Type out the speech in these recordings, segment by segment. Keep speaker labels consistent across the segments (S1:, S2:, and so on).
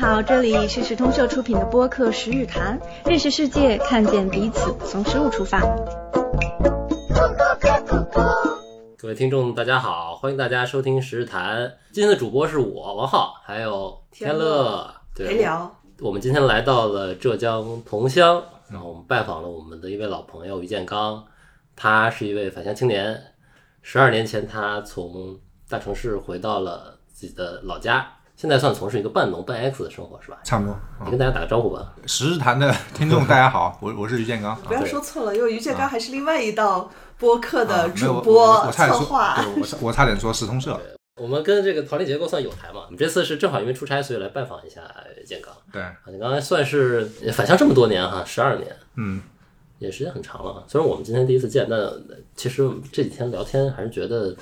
S1: 好，这里是时通社出品的播客《时日谈》，认识世界，看见彼此，从食物出发。
S2: 各位听众，大家好，欢迎大家收听《时日谈》。今天的主播是我王浩，还有天
S3: 天
S2: 乐。
S3: 陪
S2: 对，
S4: 啊
S3: 聊，
S2: 我们今天来到了浙江桐乡，然后我们拜访了我们的一位老朋友于建刚，他是一位返乡青年。十二年前，他从大城市回到了自己的老家，现在算从事一个半农半 X 的生活，是吧？
S4: 差不多。
S2: 你
S4: 啊
S2: 跟大家打个招呼吧。
S4: 十日谈的听众大家 好，我我是于建刚。
S3: 不要
S2: 对
S3: 说错了，因为于建刚还是另外一档播客
S4: 啊
S3: 的
S4: 没有
S3: 主
S4: 我
S3: 播
S4: 我我差点
S3: 策
S4: 说，
S3: 划。
S4: 对我差我差点说时通社。
S2: 我们跟这个团体结构算有台嘛，我们这次是正好因为出差，所以来拜访一下于建刚。
S4: 对，
S2: 啊，你刚才算是返乡这么多年哈，十二年。
S4: 嗯，
S2: 也时间很长了啊。虽然我们今天第一次见，但其实这几天聊天还是觉得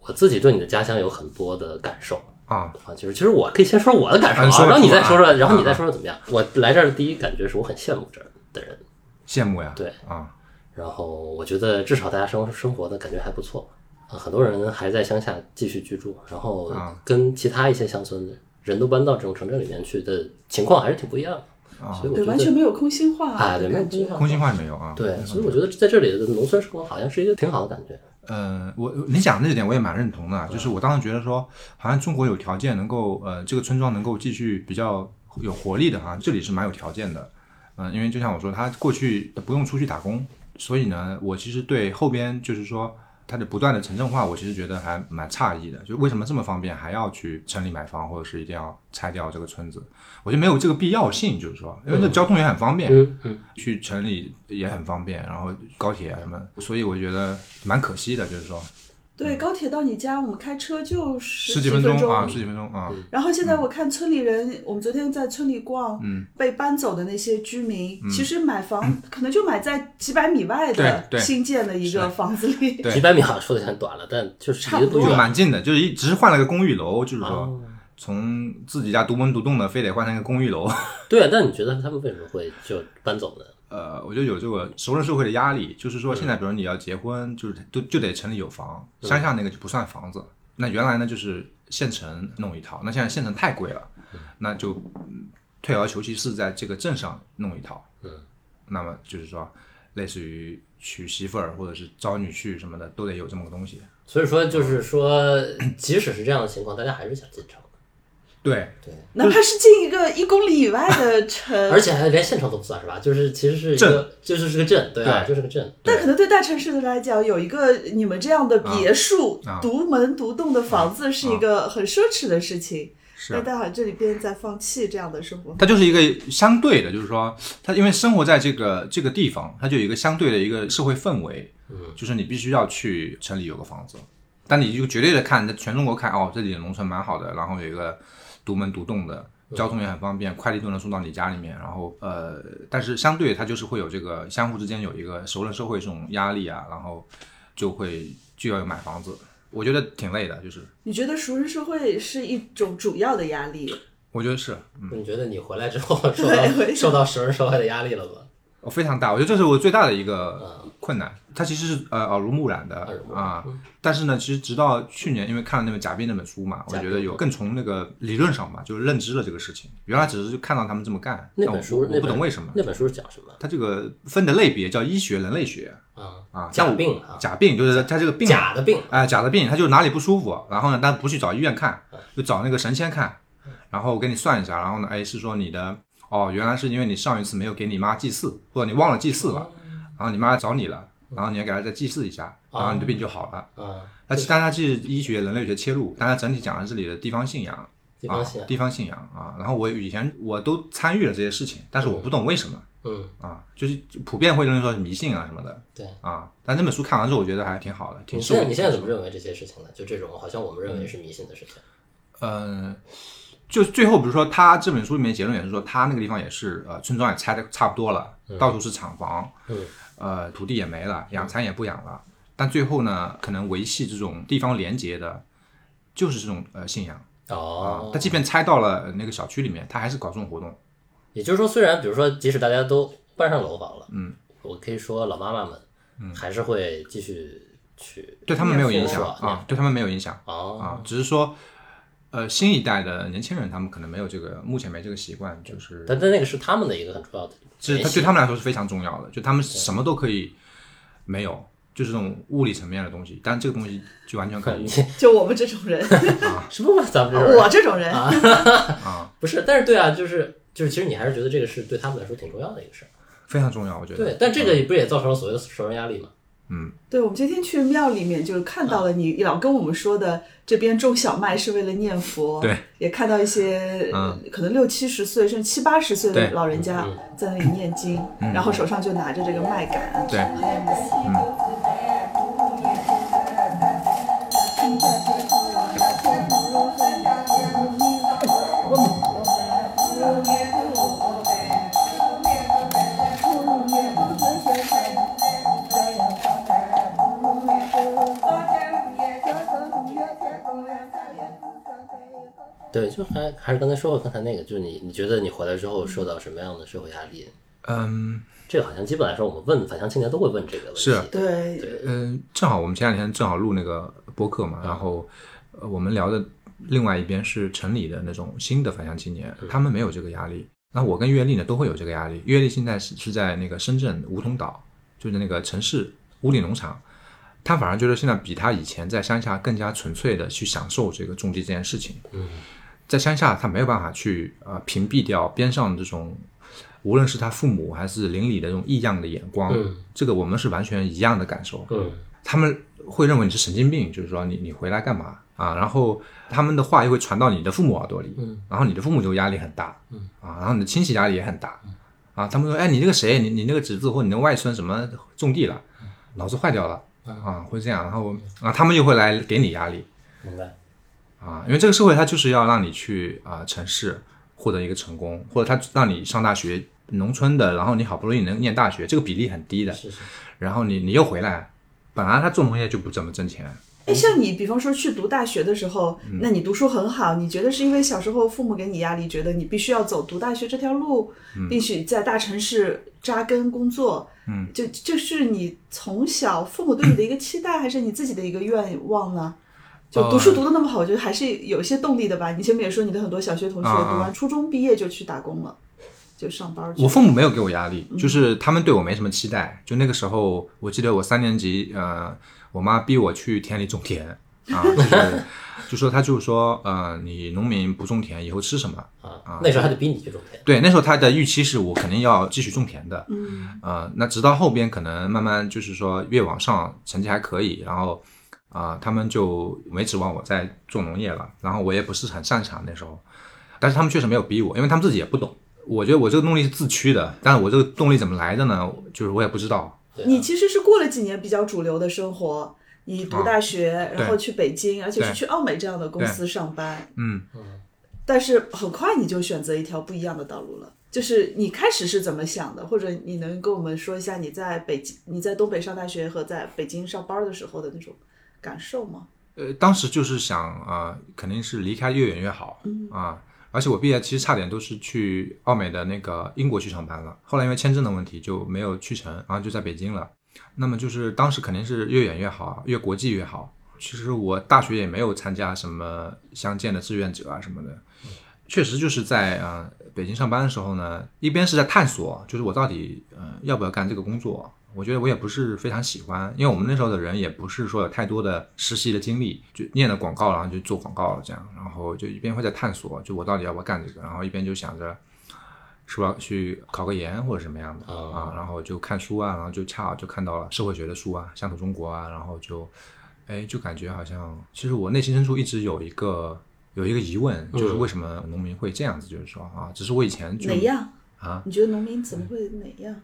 S2: 我自己对你的家乡有很多的感受
S4: 啊，
S2: 啊。就是其实我可以先说我的感受
S4: 啊你说
S2: 啊，
S4: 吧
S2: 然后你
S4: 说
S2: 再
S4: 吧
S2: 说说，然后你
S4: 啊
S2: 再说说怎么样。我来这儿的第一感觉是我很羡慕这儿的人，
S4: 羡慕呀。
S2: 对
S4: 啊，
S2: 然后我觉得至少大家生生活的感觉还不错。啊很多人还在乡下继续居住，然后
S4: 啊
S2: 跟其他一些乡村的人都搬到这种城镇里面去的情况还是挺不一样的，
S4: 啊
S2: 所以我
S3: 对，
S2: 觉
S3: 完全
S2: 得
S3: 没有空心化
S2: 啊，对，
S3: 的
S2: 没有空
S3: 感
S2: 心
S3: 觉。
S2: 化，
S4: 空心化没有啊。
S2: 对，所以我觉得在这里的农村生活好像是一个挺好的感觉。
S4: 呃，我你讲这一点我也蛮认同的，啊就是我当时觉得说，好像中国有条件能够呃这个村庄能够继续比较有活力的哈，这里是蛮有条件的，嗯、因为就像我说，他过去不用出去打工，所以呢，我其实对后边就是说它的不断的城镇化，我其实觉得还蛮诧异的，就为什么这么方便还要去城里买房，或者是一定要拆掉这个村子，我觉得没有这个必要性，就是说，因为那交通也很方便，
S2: 嗯嗯，
S4: 去城里也很方便，然后高铁啊什么，所以我觉得蛮可惜的，就是说
S3: 对，高铁到你家，我们开车就十
S4: 十几
S3: 分
S4: 分钟啊，十几分钟啊，
S3: 然后现在我看村里人，我们昨天在村里逛，被搬走的那些居民，其实买房可能就买在几百米外的
S4: 对对
S3: 新建的一个房子里。
S4: 对
S2: 几百米好像说的很短了，但就是
S3: 差
S2: 离得
S3: 不
S2: 不
S3: 多
S4: 就
S2: 远。
S4: 蛮近的，就是一只是换了个公寓楼，就是说
S2: 哦
S4: 从自己家独门独栋的，非得换成一个公寓楼。
S2: 对啊，但你觉得他们为什么会就搬走呢？
S4: 呃，我觉得有这个熟人社会的压力，就是说现在，比如你要结婚，就是都就得城里有房，乡下那个就不算房子。那原来呢，就是县城弄一套，那现在县城太贵了，那就嗯退而求其次，在这个镇上弄一套。
S2: 嗯，
S4: 那么就是说，类似于娶媳妇儿或者是招女婿什么的，都得有这么个东西。
S2: 所以说，就是说，即使是这样的情况，大家还是想进城，
S4: 对，
S3: 哪怕是进一个一公里以外的城
S2: 而，且还连县城都不算是吧？就是其实是一个，就是是个镇，对啊，
S4: 对
S2: 就是个镇。
S3: 但可能对大城市的来讲，有一个你们这样的别墅、
S4: 啊
S3: 独门独栋的房子是一个很奢侈的事情。
S4: 是啊
S3: 那但好像这里边在放弃这样的生活。
S4: 它就是一个相对的，就是说，它因为生活在这个这个地方，它就有一个相对的一个社会氛围，嗯，就是你必须要去城里有个房子，但你就绝对的看，在全中国看，哦，这里的农村蛮好的，然后有一个独门独栋的，交通也很方便，快递都能送到你家里面，然后呃，但是相对它就是会有这个相互之间有一个熟人社会这种压力啊，然后就会就要有买房子，我觉得挺累的，就是
S3: 你觉得熟人社会是一种主要的压力？
S4: 我觉得是，嗯。
S2: 你觉得你回来之后受到
S3: 对 回
S2: 受到熟人社会的压力了吗？
S4: 哦，非常大，我觉得这是我最大的一个困难。它其实是呃耳濡目染的
S2: 嗯耳濡目染嗯
S4: 啊，但是呢，其实直到去年，因为看了那本贾冰那本书嘛，我
S2: 贾
S4: 觉
S2: 冰嗯
S4: 得有更从那个理论上嘛，就是认知了这个事情。原来只是就看到他们这么干，
S2: 那
S4: 但
S2: 本
S4: 我
S2: 书
S4: 哦我
S2: 那
S4: 不
S2: 本
S4: 懂为什么。
S2: 那本书是讲什么
S4: 它这个分的类别叫医学人类学
S2: 啊？
S4: 啊，
S2: 假
S4: 但我
S2: 病啊
S4: 假病就是它这个病
S2: 假的病，
S4: 哎、假的病，他就是哪里不舒服，然后呢，但不去找医院看，就找那个神仙看，然后我给你算一下，然后呢，哎，是说你的哦，原来是因为你上一次没有给你妈祭祀，或者你忘了祭祀了，
S2: 哦
S4: 然后你妈找你了，然后你要给她再祭祀一下，然后你的病就好了。
S2: 啊，
S4: 那其实它是医学人类学切入，但它整体讲的是你的地方信仰，
S2: 地方性
S4: 啊，，地方信仰啊。然后我以前我都参与了这些事情，但是我不懂为什么。
S2: 嗯，
S4: 啊，就是普遍会认为说是迷信啊什么的，
S2: 对
S4: 啊，但那本书看完之后，我觉得还挺好的，挺
S2: 你
S4: 受
S2: 现
S4: 益
S2: 在你现在怎么认为这些事情呢？就这种好像我们认为是迷信的事情，
S4: 呃，就最后比如说他这本书里面结论也是说，他那个地方也是呃村庄也拆的差不多了，到处是厂房，
S2: 嗯
S4: 呃土地也没了，养蚕也不养了，但最后呢，可能维系这种地方连结的，就是这种呃信仰啊
S2: 哦。
S4: 他即便拆到了呃那个小区里面，他还是搞这种活动，
S2: 也就是说，虽然比如说，即使大家都搬上楼房了，嗯，我可以说老妈妈们，嗯，还是会继续去
S4: 对他们没有
S3: 念
S4: 影
S3: 佛
S4: 响啊
S2: 是吧
S4: 啊，对他们没有影响
S2: 哦，
S4: 啊，只是说呃新一代的年轻人，他们可能没有这个，目前没这个习惯，就是
S2: 但但那个是他们的一个很重要的
S4: 这
S2: 联
S4: 他
S2: 系
S4: 对他们来说是非常重要的，就他们什么都可以没有，就是这种物理层面的东西，但这个东西就完 全可以
S2: 你
S3: 就我们这种 人，
S2: 什么嘛？咱们这种人
S3: 我这种人，
S4: 啊，
S2: 不是，但是对啊，就是就是，其实你还是觉得这个是对他们来说挺重要的一个事儿。
S4: 非常重要，我觉得。嗯
S2: 对，但这个也不也造成了所谓的熟人压力嘛？
S3: 对我们今天去庙里
S4: 啊
S3: 面，就是看到了你老跟我们说的，这边种小麦是为了念佛，
S4: 对，
S3: 也看到一些、
S4: 嗯
S3: 可能六七十岁甚至七八十岁的
S4: 对
S3: 老人家
S4: 嗯
S3: 在那里念经，然后手上就拿着这个麦秆，
S4: 对，
S2: 对，就还还是刚才说过刚才那个，就是你你觉得你回来之后受到什么样的社会压力？
S4: 嗯，
S2: 这个好像基本来说，我们问返乡青年都会问这个问题。
S4: 是
S3: 对，
S4: 嗯，正好我们前两天正好录那个播客嘛，然后呃我们聊的另外一边是城里的那种新的返乡青年，他们没有这个压力。那我跟月丽呢都会有这个压力。月丽现在是是在那个深圳梧桐岛，就是那个城市五里农场，她反而觉得现在比她以前在乡下更加纯粹的去享受这个种地这件事情。嗯，在乡下她没有办法去呃屏蔽掉边上这种。无论是他父母还是邻里的这种异样的眼光，
S2: 嗯
S4: 这个我们是完全一样的感受。
S2: 嗯，
S4: 他们会认为你是神经病，就是说你你回来干嘛啊？然后他们的话又会传到你的父母耳朵里，
S2: 嗯，
S4: 然后你的父母就压力很大，
S2: 嗯
S4: 啊，然后你的亲戚压力也很大，啊，他们说，哎，你那个谁，你你那个侄子或你那个外孙什么种地了，
S2: 嗯
S4: 脑子坏掉了啊，会这样，然后啊，他们又会来给你压力
S2: 明白。
S4: 啊，因为这个社会它就是要让你去啊、城市获得一个成功，或者他让你上大学，农村的，然后你好不容易能念大学，这个比例很低的，
S2: 是是，
S4: 然后你你又回来，本来他做农业就不怎么挣钱。
S3: 哎，像你，比方说去读大学的时候，
S4: 嗯
S3: 那你读书很好，你觉得是因为小时候父母给你压力，觉得你必须要走读大学这条路，
S4: 嗯
S3: 必须在大城市扎根工作，嗯，就就是你从小父母对你的一个期待，还是你自己的一个愿望呢？
S4: 呃
S3: 就读书读的那么好，我觉得还是有一些动力的吧。你前面也说你的很多小学同学
S4: 啊啊
S3: 读完初中毕业就去打工了，就上班去。
S4: 我父母没有给我压力，就是他们对我没什么期待。就那个时候，我记得我三年级，呃，我妈逼我去田里种田啊， 就是就说她就说，呃，你农民不种田以后吃什么？
S2: 啊，那时候还得逼你去种田。
S4: 对，那时候她的预期是我肯定要继续种田的，嗯，呃，那直到后边可能慢慢就是说越往上成绩还可以，然后啊、他们就没指望我再做农业了，然后我也不是很擅长那时候，但是他们确实没有逼我，因为他们自己也不懂。我觉得我这个动力是自驱的，但是我这个动力怎么来的呢？就是我也不知道。
S2: 对啊
S3: 你其实是过了几年比较主流的生活，你读大学，然后去北京，而且是
S4: 啊对
S3: 去奥美这样的公司上班，
S4: 嗯，
S3: 但是很快你就选择一条不一样的道路了。就是你开始是怎么想的，或者你能跟我们说一下你在北京、你在东北上大学和在北京上班的时候的那种感受吗？
S4: 呃，当时就是想啊、呃肯定是离开越远越好啊。而且我毕业其实差点都是去奥美的那个英国去上班了，后来因为签证的问题就没有去成，然后就在北京了。那么就是当时肯定是越远越好，越国际越好。其实我大学也没有参加什么相见的志愿者啊什么的，确实就是在呃北京上班的时候呢，一边是在探索，就是我到底呃要不要干这个工作。我觉得我也不是非常喜欢，因为我们那时候的人也不是说有太多的实习的经历，就念了广告，然后就做广告这样，然后就一边会在探索，就我到底要不要干这个，然后一边就想着是不是要去考个研或者什么样的、
S2: 哦
S4: 啊，然后就看书啊，然后就恰好就看到了社会学的书啊，《乡土中国》啊，然后就哎就感觉好像，其实我内心深处一直有一个有一个疑问，就是为什么农民会这样子，就是说啊，只是我以前就
S3: 哪样
S4: 啊？
S3: 你觉得农民怎么会哪样？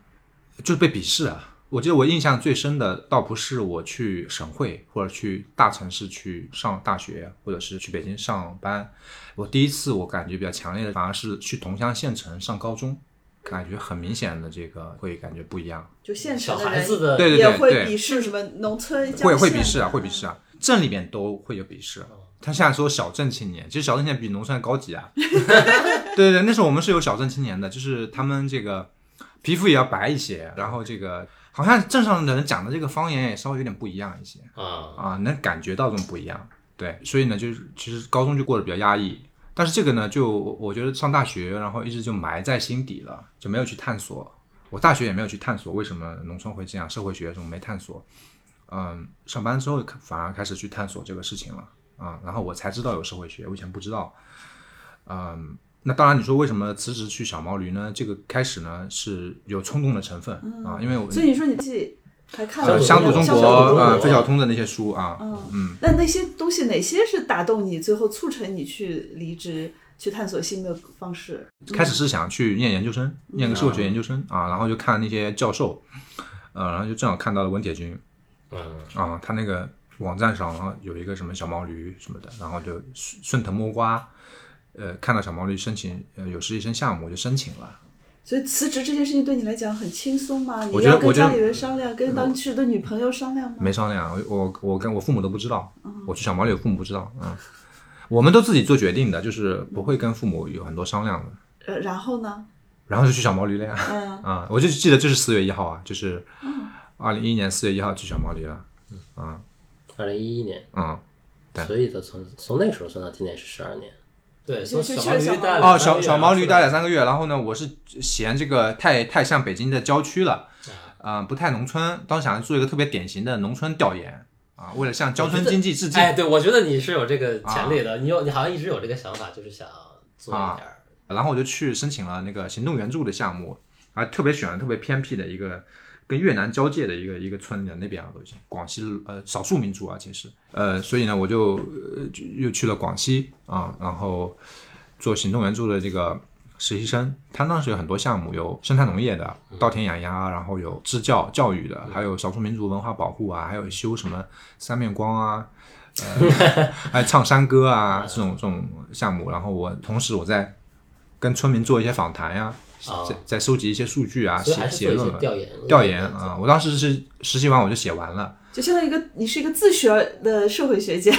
S4: 就是被鄙视啊。我记得我印象最深的，倒不是我去省会或者去大城市去上大学，啊或者是去北京上班。我第一次我感觉比较强烈的，反而是去同乡县城上高中，感觉很明显的这个会感觉不一样，
S3: 就现实
S2: 小孩
S3: 人
S2: 子的
S4: 对对
S3: 也会
S4: 对
S3: 鄙视什么农村
S4: 会会
S3: 乡下
S4: 鄙视啊，会鄙视啊。镇里面都会有鄙视，啊他现在说小镇青年，其实小镇青年比农村还高级啊。 对对对，那时候我们是有小镇青年的，就是他们这个皮肤也要白一些，然后这个好像镇上的人讲的这个方言也稍微有点不一样一些。
S2: 啊，
S4: 啊，能感觉到这种不一样。对，所以呢，就是其实高中就过得比较压抑，但是这个呢，就我我觉得上大学，然后一直就埋在心底了，就没有去探索。我大学也没有去探索为什么农村会这样，社会学什么没探索。嗯，上班之后反而开始去探索这个事情了啊、然后我才知道有社会学，我以前不知道。嗯，那当然，你说为什么辞职去小毛驴呢？这个开始呢是有冲动的成分
S2: 嗯
S4: 啊，因为我
S3: 所以你说你自己还看
S4: 呃
S3: 了
S4: 乡
S2: 土
S4: 土中
S2: 乡
S4: 国
S2: 土中国
S4: 啊，呃费孝通的那些书啊，
S3: 嗯，那那些东西哪些是打动你，最后促成你去离职，去探索新的方式？
S4: 开始是想去念研究生，念个社会学研究生啊，然后就看那些教授，呃，然后就正好看到了文铁军
S2: 嗯，
S4: 啊，他那个网站上然后有一个什么小毛驴什么的，然后就顺顺藤摸瓜，呃，看到小毛驴申请呃有实习生项目，我就申请了。
S3: 所以辞职这件事情对你来讲很轻松吗？你
S4: 我觉得
S3: 要跟
S4: 我觉得
S3: 家里人商量，跟当时的女朋友商量吗？
S4: 没商量，我我我跟我父母都不知道，我去小毛驴，我父母不知道，嗯，我们都自己做决定的，就是不会跟父母有很多商量的，
S3: 呃，然后呢？
S4: 然后就去小毛驴了呀，
S3: 嗯，
S4: 啊、我就记得就是四月一号啊，就是二零一一年四月一号去小毛驴了，
S2: 二零一一年，
S4: 嗯，对
S2: 所以到从从那时候算到今年是十二年。对，
S3: 就
S2: 从
S3: 就
S2: 小毛驴
S3: 去了小
S2: 待
S3: 毛
S2: 了三
S4: 哦，小
S2: 个月
S4: 小毛驴待了
S2: 然后
S4: 三个月，然后呢，我是嫌这个太太像北京的郊区了，嗯、不太农村，当时想做一个特别典型的农村调研啊，为了向
S2: 出来
S4: 乡村经济致敬，
S2: 哎，对，我觉得你是有这个
S4: 啊
S2: 潜力的，你有你好像一直有这个想法，就是想做
S4: 啊
S2: 一点儿。
S4: 然后我就去申请了那个行动援助的项目，啊，特别选了特别偏僻的一个跟越南交界的一个一个村里的那边啊，都是广西呃少数民族啊，其实呃，所以呢，我就呃就又去了广西啊，然后做行动援助的这个实习生。他当时有很多项目，有生态农业的、稻田养鸭，然后有支教教育的，还有少数民族文化保护啊，还有修什么三面光啊。呃，还有唱山歌啊，这种这种项目，然后我同时我在跟村民做一些访谈呀、
S2: 啊
S4: 在在收集一些数据啊，
S2: 所以还
S4: 写
S2: 是
S4: 写
S2: 做一些
S4: 论文、
S2: 调研，
S4: 调研啊、我当时是实习完我就写完了，
S3: 就相当于一个，你是一个自学的社会学 家，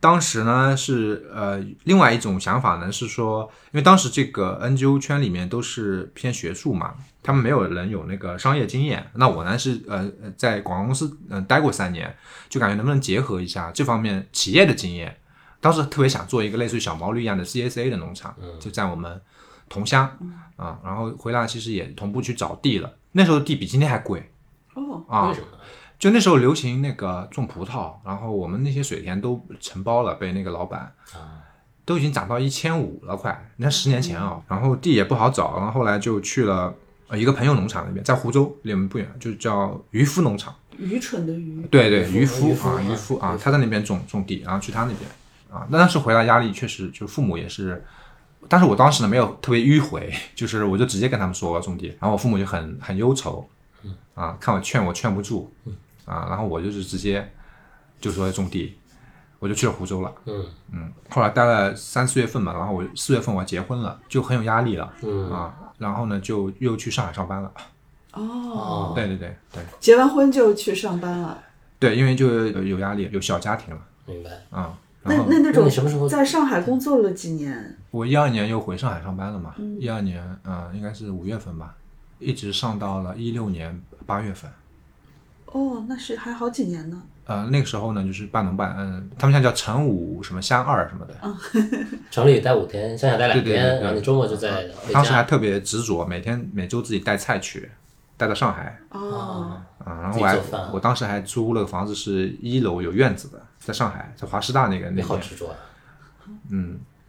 S4: 当时呢是呃另外一种想法呢是说，因为当时这个 NGO 圈里面都是偏学术嘛，他们没有人有那个商业经验。那我呢是呃呃在广告公司嗯、呃待过三年，就感觉能不能结合一下这方面企业的经验。当时特别想做一个类似于小毛驴一样的 CSA 的农场，就在我们同乡啊，然后回来其实也同步去找地了。那时候地比今天还贵
S3: 哦，
S4: 啊，
S2: 为什么？
S4: 就那时候流行那个种葡萄，然后我们那些水田都承包了，被那个老板
S2: 啊，
S4: 都已经涨到一千五了，快，那十年前啊、然后地也不好找，然后后来就去了呃一个朋友农场那边，在湖州离我们不远，就叫渔夫农场。
S3: 愚蠢的愚，
S4: 对对，
S2: 渔
S4: 渔
S2: 夫
S4: 夫啊，
S2: 渔夫
S4: 渔夫
S2: 渔
S4: 啊
S2: 夫，
S4: 他在那边种种地，然后去他那边啊。那当时回来压力确实，就父母也是，但是我当时呢没有特别迂回， 就是我就直接跟他们说我要种地，然后我父母就很很忧愁，
S2: 嗯
S4: 啊，看我劝我劝不住，啊，然后我就是直接就说要种地，我就去了湖州了。
S2: 嗯
S4: 嗯，后来待了三四月份嘛，然后我四月份我要结婚了，就很有压力了
S2: 嗯
S4: 啊。然后呢，就又去上海上班了。
S3: 哦，
S2: 哦，
S4: 对对对对
S3: 结完婚就去上班了。
S4: 对，因为就有有压力，有小家庭了
S2: 明白。
S4: 啊。
S3: 那
S4: 然后
S3: 那那
S2: 那
S3: 种
S2: 你什么时候
S3: 在上海工作了几年？
S4: 我一二年又回上海上班了嘛，一二、年嗯、呃应该是五月份吧，一直上到了一六年八月份。
S3: 哦，那是还好几年呢。
S4: 呃，那个时候呢，就是半农半嗯，他们现在叫成武什么乡二什么的，
S2: 城里待五天，乡下待两
S4: 对对对
S2: 天，
S4: 对
S2: 然后你周末就在回
S4: 呃当时
S2: 家
S4: 还特别执着，每天每周自己带菜去，带到上海
S3: 哦，
S4: 啊、然
S2: 自
S4: 后
S2: 己
S4: 我还
S2: 做饭
S4: 我当时还租了个房子，是一楼有院子的，在上海，在华师大那个
S2: 你
S4: 那
S2: 好
S4: 边，
S2: 执着啊。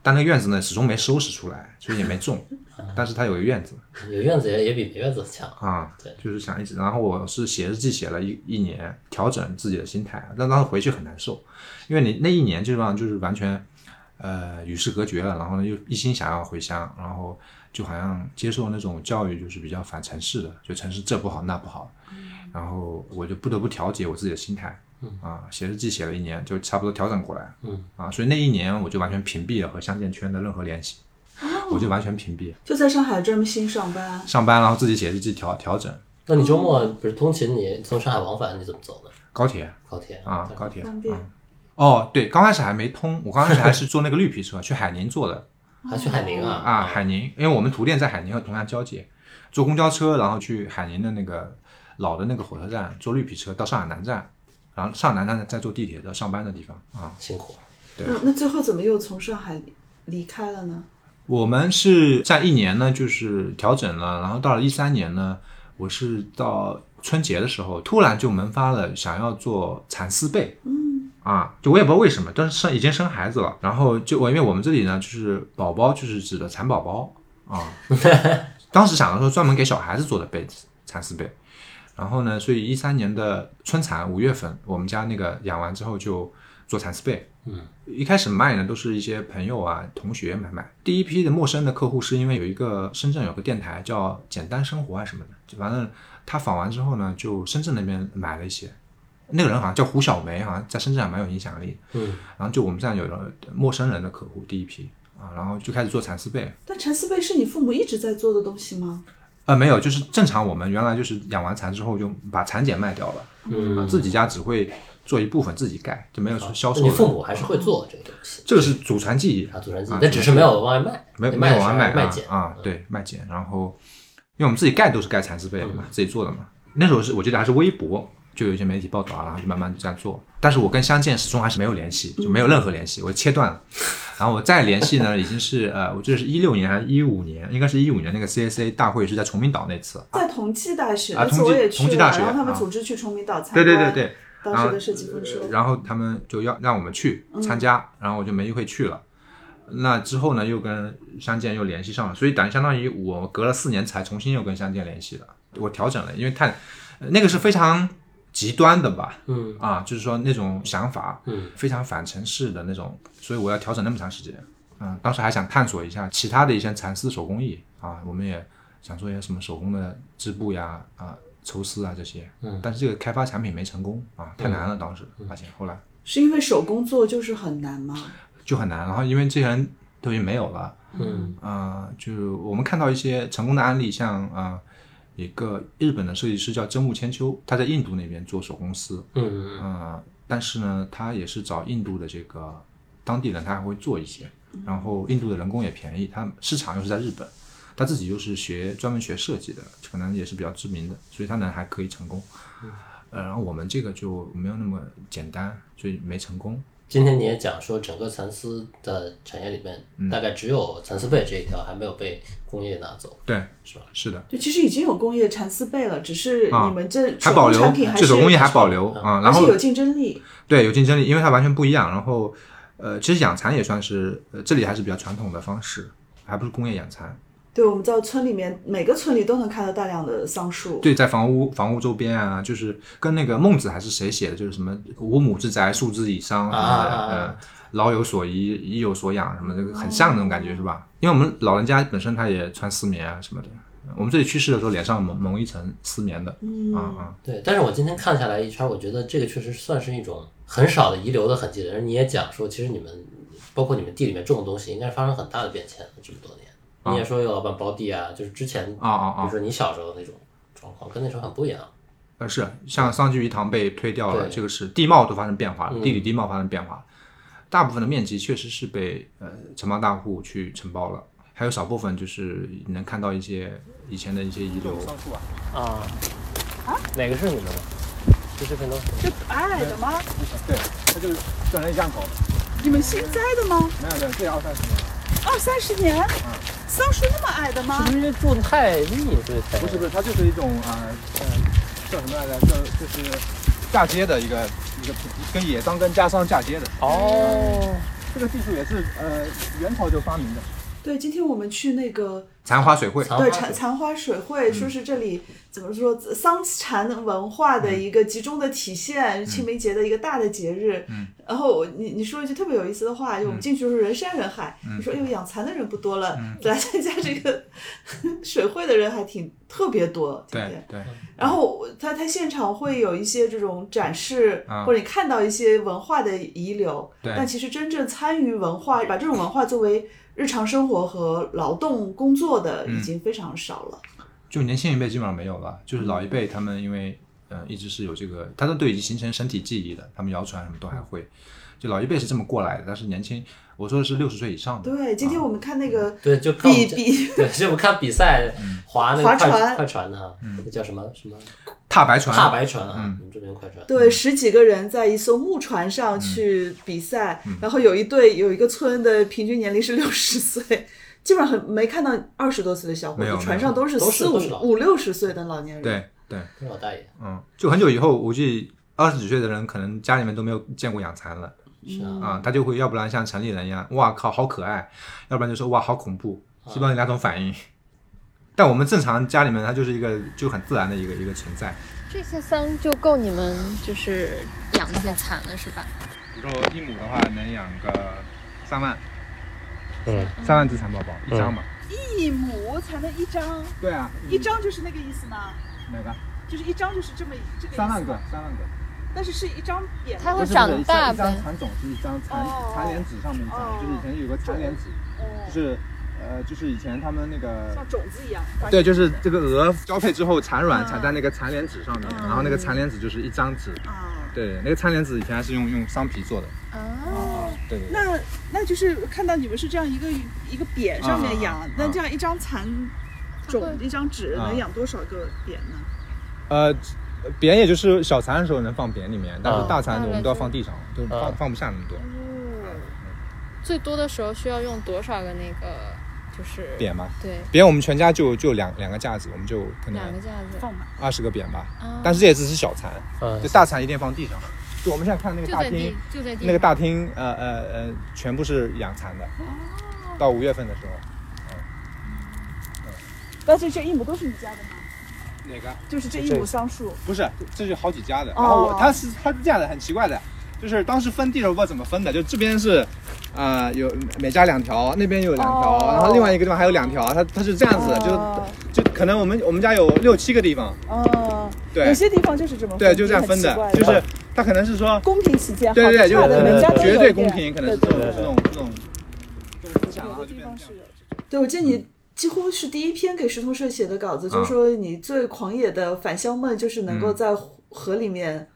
S4: 但那个院子呢始终没收拾出来，所以也没 种，
S2: 嗯
S4: 但是它有个院子
S2: 有院子也也比没院子强。
S4: 啊
S2: 对，
S4: 就是想一直，然后我是写日记写了一一年，调整自己的心态，啊但当时回去很难受，因为你那一年基本上就是完全呃与世隔绝了，然后呢又一心想要回乡，然后就好像接受那种教育就是比较反城市的，就城市这不好那不好，
S2: 嗯
S4: 然后我就不得不调节我自己的心态，啊，写日记写了一年，就差不多调整过来，
S2: 嗯，
S4: 啊，所以那一年我就完全屏蔽了和乡建圈的任何联系，
S2: 哦
S4: 我就完全屏蔽，
S3: 就在上海专心上班。
S4: 上班然后自己写日记调调整，
S2: 那你周末不是通勤，你从上海往返你怎么走呢？
S4: 高铁
S2: 高铁
S4: 啊，高铁
S3: 方便
S4: 啊哦，对，刚开始还没通，我刚开始还是坐那个绿皮车去海宁坐的
S2: 还去海宁啊
S4: 啊，海宁，因为我们图店在海宁和同阳交界，坐公交车，然后去海宁的那个老的那个火车站，坐绿皮车到上海南站，然后上海南站再坐地铁到上班的地方啊，
S2: 辛苦，
S4: 对
S3: 那那最后怎么又从上海离开了呢？
S4: 我们是在一年呢，就是调整了，然后到了一三年呢，我是到春节的时候，突然就萌发了想要做蚕丝被，嗯，啊，就我也不知道为什么，但是生已经生孩子了，然后就我因为我们这里呢，就是宝宝就是指的蚕宝宝啊，当时想的说专门给小孩子做的被子，蚕丝被，然后呢，所以一三年的春蚕五月份，我们家那个养完之后就做蚕丝被，一开始卖呢，都是一些朋友啊、同学买卖。第一批的陌生的客户，是因为有一个深圳有个电台叫“简单生活”啊什么的，就反正他访完之后呢，就深圳那边买了一些。那个人好像叫胡小梅，好像在深圳还蛮有影响力。
S2: 嗯，
S4: 然后就我们这样有了陌生人的客户第一批啊，然后就开始做蚕丝被。
S3: 但蚕丝被是你父母一直在做的东西吗？
S4: 呃，没有，就是正常我们原来就是养完蚕之后就把蚕茧卖掉了，
S2: 嗯
S4: 啊，自己家只会做一部分自己盖，就没有说销售
S2: 啊你
S4: 的。
S2: 父母还是会做这个东西
S4: 这个是祖传技艺
S2: 啊，祖传技
S4: 啊
S2: 艺，但只是没有往外卖，
S4: 没
S2: 你
S4: 没有
S2: 的是
S4: 完卖
S2: 卖
S4: 啊
S2: 剪
S4: 啊，，对，卖剪。然后，因为我们自己盖都是盖蚕丝被的嘛，自己做的嘛。那时候是我记得还是微博，就有一些媒体报道啊，然后就慢慢这样做。但是我跟相见始终还是没有联系，就没有任何联系，我切断了。然后我再联系呢，已经是呃，我记得是一六年还是一五年，应该是一五年那个 CSA 大会是在崇明岛那次。
S3: 在同济大学，
S4: 啊
S3: 那次我也去
S4: 同济同济
S3: 了，
S4: 大学
S3: 然后他们
S4: 啊
S3: 组织去崇明岛参
S4: 对
S3: 观
S4: 对对对，
S3: 当时的设计风车。
S4: 然后他们就要让我们去
S2: 嗯
S4: 参加，然后我就没机会去了。那之后呢，又跟相见又联系上了，所以等于相当于我隔了四年才重新又跟相见联系了。我调整了，因为太呃那个是非常极端的吧，
S2: 嗯
S4: 啊，就是说那种想法，
S2: 嗯，
S4: 非常反城市的那种，所以我要调整那么长时间。嗯，当时还想探索一下其他的一些蚕丝手工艺啊，我们也想做一些什么手工的织布呀、啊绸丝啊这些，嗯，但是这个开发产品没成功啊，太难了，当时发现后来
S3: 是因为手工做就是很难吗？
S4: 就很难。然后因为这些人都已经没有了，
S2: 嗯
S4: 啊、就是我们看到一些成功的案例，像啊、一个日本的设计师叫真木千秋，他在印度那边做手工丝，
S2: 嗯
S4: 嗯，但是呢，他也是找印度的这个当地人，他还会做一些，
S3: 嗯
S4: 然后印度的人工也便宜，他市场又是在日本，他自己又是学专门学设计的，可能也是比较知名的，所以他呢还可以成功。
S3: 嗯
S4: 呃，然后我们这个就没有那么简单，所以没成功。
S2: 今天你也讲说，整个蚕丝的产业里面，
S4: 嗯
S2: 大概只有蚕丝被这一条还没有被工业拿走，
S4: 对，
S2: 是吧？
S4: 是的，
S3: 就其实已经有工业蚕丝被了，只是
S4: 啊
S3: 你们这
S4: 还
S3: 手
S4: 保
S3: 工
S4: 留
S3: 产品还
S4: 这
S3: 是
S4: 手工艺还保留啊、
S3: 还
S4: 然后
S3: 是有竞争力。
S4: 对，有竞争力，因为它完全不一样。然后，呃，其实养蚕也算是，呃，这里还是比较传统的方式，还不是工业养蚕。
S3: 对，我们在村里面每个村里都能看到大量的桑树。
S4: 对，在房屋房屋周边啊，就是跟那个孟子还是谁写的，就是什么五亩之宅，数之以桑什么的，
S2: 啊
S4: 呃，老有所依，依有所养什么的，这个很像那种感觉、是吧？因为我们老人家本身他也穿丝棉啊什么的，我们这里去世的时候脸上蒙蒙一层丝棉的，嗯啊
S2: 对，但是我今天看下来一圈，我觉得这个确实算是一种很少的遗留的痕迹了。而你也讲说，其实你们包括你们地里面种的东西，应该是发生很大的变迁的这么多年。你也说有老板包地啊，就是之前，
S4: 啊啊
S2: 比如
S4: 啊，
S2: 说你小时候那种状况，跟那时候很不一样。
S4: 呃是，像桑菊鱼塘被推掉了，
S2: 对嗯
S4: 这个是地貌都发生变化了，地理地貌发生变化了，大部分的面积确实是被呃承包大户去承包了。还有少部分就是能看到一些以前的一些遗留，
S2: 啊哪个是你们的？这是分钟。
S5: 这矮矮的吗？
S6: 对，它就是转成一巷口，
S5: 你们新栽的吗？
S6: 没有没有，这要二三十年，
S5: 二三十年，
S4: 啊
S5: 桑树那么矮的吗？
S2: 因为住的太密，所以才
S6: 不是不是，它就是一种啊呃叫什么来着？叫就是嫁接的一个一个跟野桑跟家桑嫁接的。
S2: 哦，
S6: 这个技术也是呃元朝就发明的。
S3: 对，今天我们去那个
S4: 残花水会，
S2: 残花
S3: 对
S2: 水嗯
S3: 蚕蚕花水会，说是这里怎么说桑蚕文化的
S2: 嗯
S3: 一个集中的体现，清明节的一个大的节日。
S2: 嗯
S3: 然后我你你说了一句特别有意思的话，就我们进去的时候人山人海，
S2: 嗯
S3: 你说哎呦养蚕的人不多了，来参加这个 水会的人还挺特别多。今
S4: 对
S3: 天，
S4: 对，
S3: 然后我他他现场会有一些这种展示，
S4: 啊
S3: 或者你看到一些文化的遗留。
S4: 对
S3: 但其实真正参与文化，把这种文化作为日常生活和劳动工作的，
S4: 嗯
S3: 已经非常少了。
S4: 就年轻一辈基本上没有了，就是老一辈他们因为嗯、呃一直是有这个，他们都已经形成身体记忆了，他们谣传什么都还会，就老一辈是这么过来的，但是年轻，我说的是六十岁以上的。
S3: 对，今天
S4: 啊
S3: 我们看那个
S2: 对，就看我
S3: 比
S2: 们这
S3: 比
S2: 对，就我看比赛划那个
S3: 划
S2: 快
S3: 船
S2: 快船的哈，那叫什么什么
S4: 啊踏白船，
S2: 踏白船啊，我们这边快船。
S3: 对十几个人在一艘木船
S4: 嗯
S3: 上去比赛，然后有一队有一个村的平均年龄是六十岁，基本上很没看到二十多岁的小伙
S4: 没有
S3: 子，
S4: 没有
S3: 船上都是
S2: 都是
S3: 四
S2: 都
S3: 五
S2: 是老
S3: 五六十岁的老年人。
S4: 对对，
S2: 跟老大爷
S4: 嗯，就很久以后，我估计二十几岁的人可能家里面都没有见过养蚕了。
S2: 是啊，
S4: 啊，他就会要不然像城里人一样，哇靠，好可爱；要不然就说哇，好恐怖，基本上两种反应。但我们正常家里面，它就是一个就很自然的一个一个存在。
S7: 这些桑就够你们就是养这些蚕了是吧？
S4: 比如说一亩的话，能养个三万，
S2: 嗯，
S4: 三万只蚕宝宝一张嘛。
S5: 一亩才能一张，
S6: 对啊，
S5: 一张就是那个意思吗？
S6: 哪个？
S5: 就是一张就是这么这个意思
S6: 三万个，三万个。
S5: 但是是一张扁的
S7: 它会
S6: 不是
S7: 长
S6: 不是一
S7: 大
S6: 张一
S7: 呗哦
S6: 张。蚕种是一张蚕
S5: 哦
S6: 蚕莲子上面一张，就是以前有个蚕莲子，
S5: 哦
S6: 就是呃，就是以前他们那个
S5: 像种子一样。
S6: 对，就是这个鹅交配之后
S7: 嗯
S6: 产卵产在那个蚕莲子上面，然后那个蚕莲子就是一张纸，
S5: 啊，
S6: 对，那个蚕莲子以前还是用用桑皮做的，
S7: 啊，
S6: 对对对，
S5: 那那就是看到你们是这样一个一个匾上面养，
S6: 啊啊啊
S5: 那这样一张蚕种一张纸
S6: 啊
S5: 能养多少个匾呢？
S6: 呃。扁也就是小蚕的时候能放扁里面，但
S2: 啊
S6: 是大蚕我们都要放地上，
S4: 嗯
S6: 就是放、
S2: 啊
S6: 放不下那么多
S7: 最多的时候需要用多少个那个就是
S6: 扁嘛。
S7: 对，
S6: 扁我们全家就就两两个架子，我们就可能
S7: 两个架子
S5: 放满。
S6: 二十个扁吧，
S7: 啊
S6: 但是这也只是小蚕，
S2: 嗯
S6: 就大蚕一定放地上。就我们现在看那个
S7: 就
S6: 大
S7: 在地
S6: 厅，
S7: 就在地
S6: 那个大厅，呃呃呃，全部是养蚕的，
S5: 哦
S6: 到五月份的时候。
S5: 嗯
S6: 嗯
S5: 但是这一亩都是你家的吗？
S6: 哪个？
S5: 就是这一亩桑树，
S6: 不是，这就好几家的。然后
S5: 哦
S6: 我他是他是这样的，很奇怪的，就是当时分地的时候不知道怎么分的，就这边是，呃，有每家两条，那边有两条，
S5: 哦
S6: 然后另外一个地方还有两条，他他是这样子的，
S5: 哦
S6: 就就可能我们我们家有六七个地方，
S5: 哦，
S6: 对
S5: 有些地方就是这么分
S6: 对，就这样分
S5: 很
S6: 的，
S5: 奇
S6: 就
S5: 怪
S6: 是他可能是说，
S5: 公平起见，
S6: 对对对，就
S5: 好
S6: 是
S5: 的
S6: 可
S5: 坏的人
S6: 能
S5: 家都有
S6: 绝对
S5: 一点
S6: 公平，可能是这
S5: 对
S6: 种
S5: 对
S6: 这
S5: 对
S6: 种这种这种思想，然
S5: 有
S6: 后
S5: 的
S6: 就
S5: 地
S6: 变成
S5: 方
S6: 这样
S5: 是。有这
S3: 对，我记得你几乎是第一篇给石头社写的稿子，就是说你最狂野的返乡梦就是能够在河里面。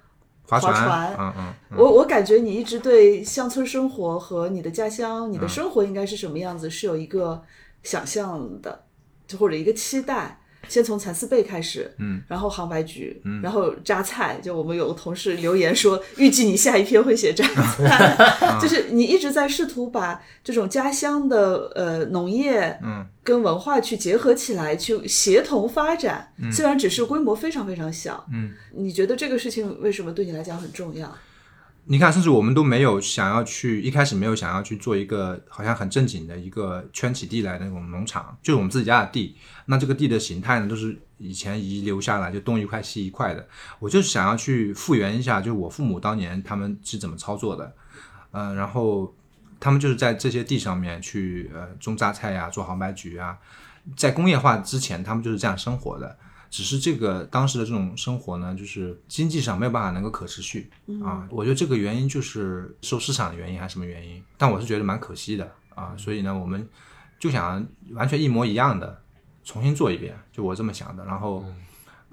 S4: 划船，
S3: 划船
S4: 嗯嗯嗯，
S3: 我我感觉你一直对乡村生活和你的家乡、你的生活应该是什么样子是有一个想象的，就或者一个期待。先从蚕丝被开始，
S4: 嗯，
S3: 然后杭白菊，嗯，然后榨菜。就我们有个同事留言说，预计你下一篇会写榨菜， 就是你一直在试图把这种家乡的呃农业，
S4: 嗯，
S3: 跟文化去结合起来，去协同发展。虽然只是规模非常非常小，
S4: 嗯，
S3: 你觉得这个事情为什么对你来讲很重要？
S4: 你看，甚至我们都没有想要去，一开始没有想要去做一个好像很正经的一个圈起地来的那种农场，就是我们自己家的地。那这个地的形态呢，都是以前遗留下来，就东一块西一块的。我就想要去复原一下，就是我父母当年他们是怎么操作的，嗯、然后他们就是在这些地上面去呃种榨菜呀、做杭白菊啊，在工业化之前，他们就是这样生活的。只是这个当时的这种生活呢，就是经济上没有办法能够可持续、
S2: 嗯
S3: 嗯
S4: 啊。我觉得这个原因就是受市场的原因还是什么原因，但我是觉得蛮可惜的啊。所以呢，我们就想完全一模一样的重新做一遍，就我这么想的。然后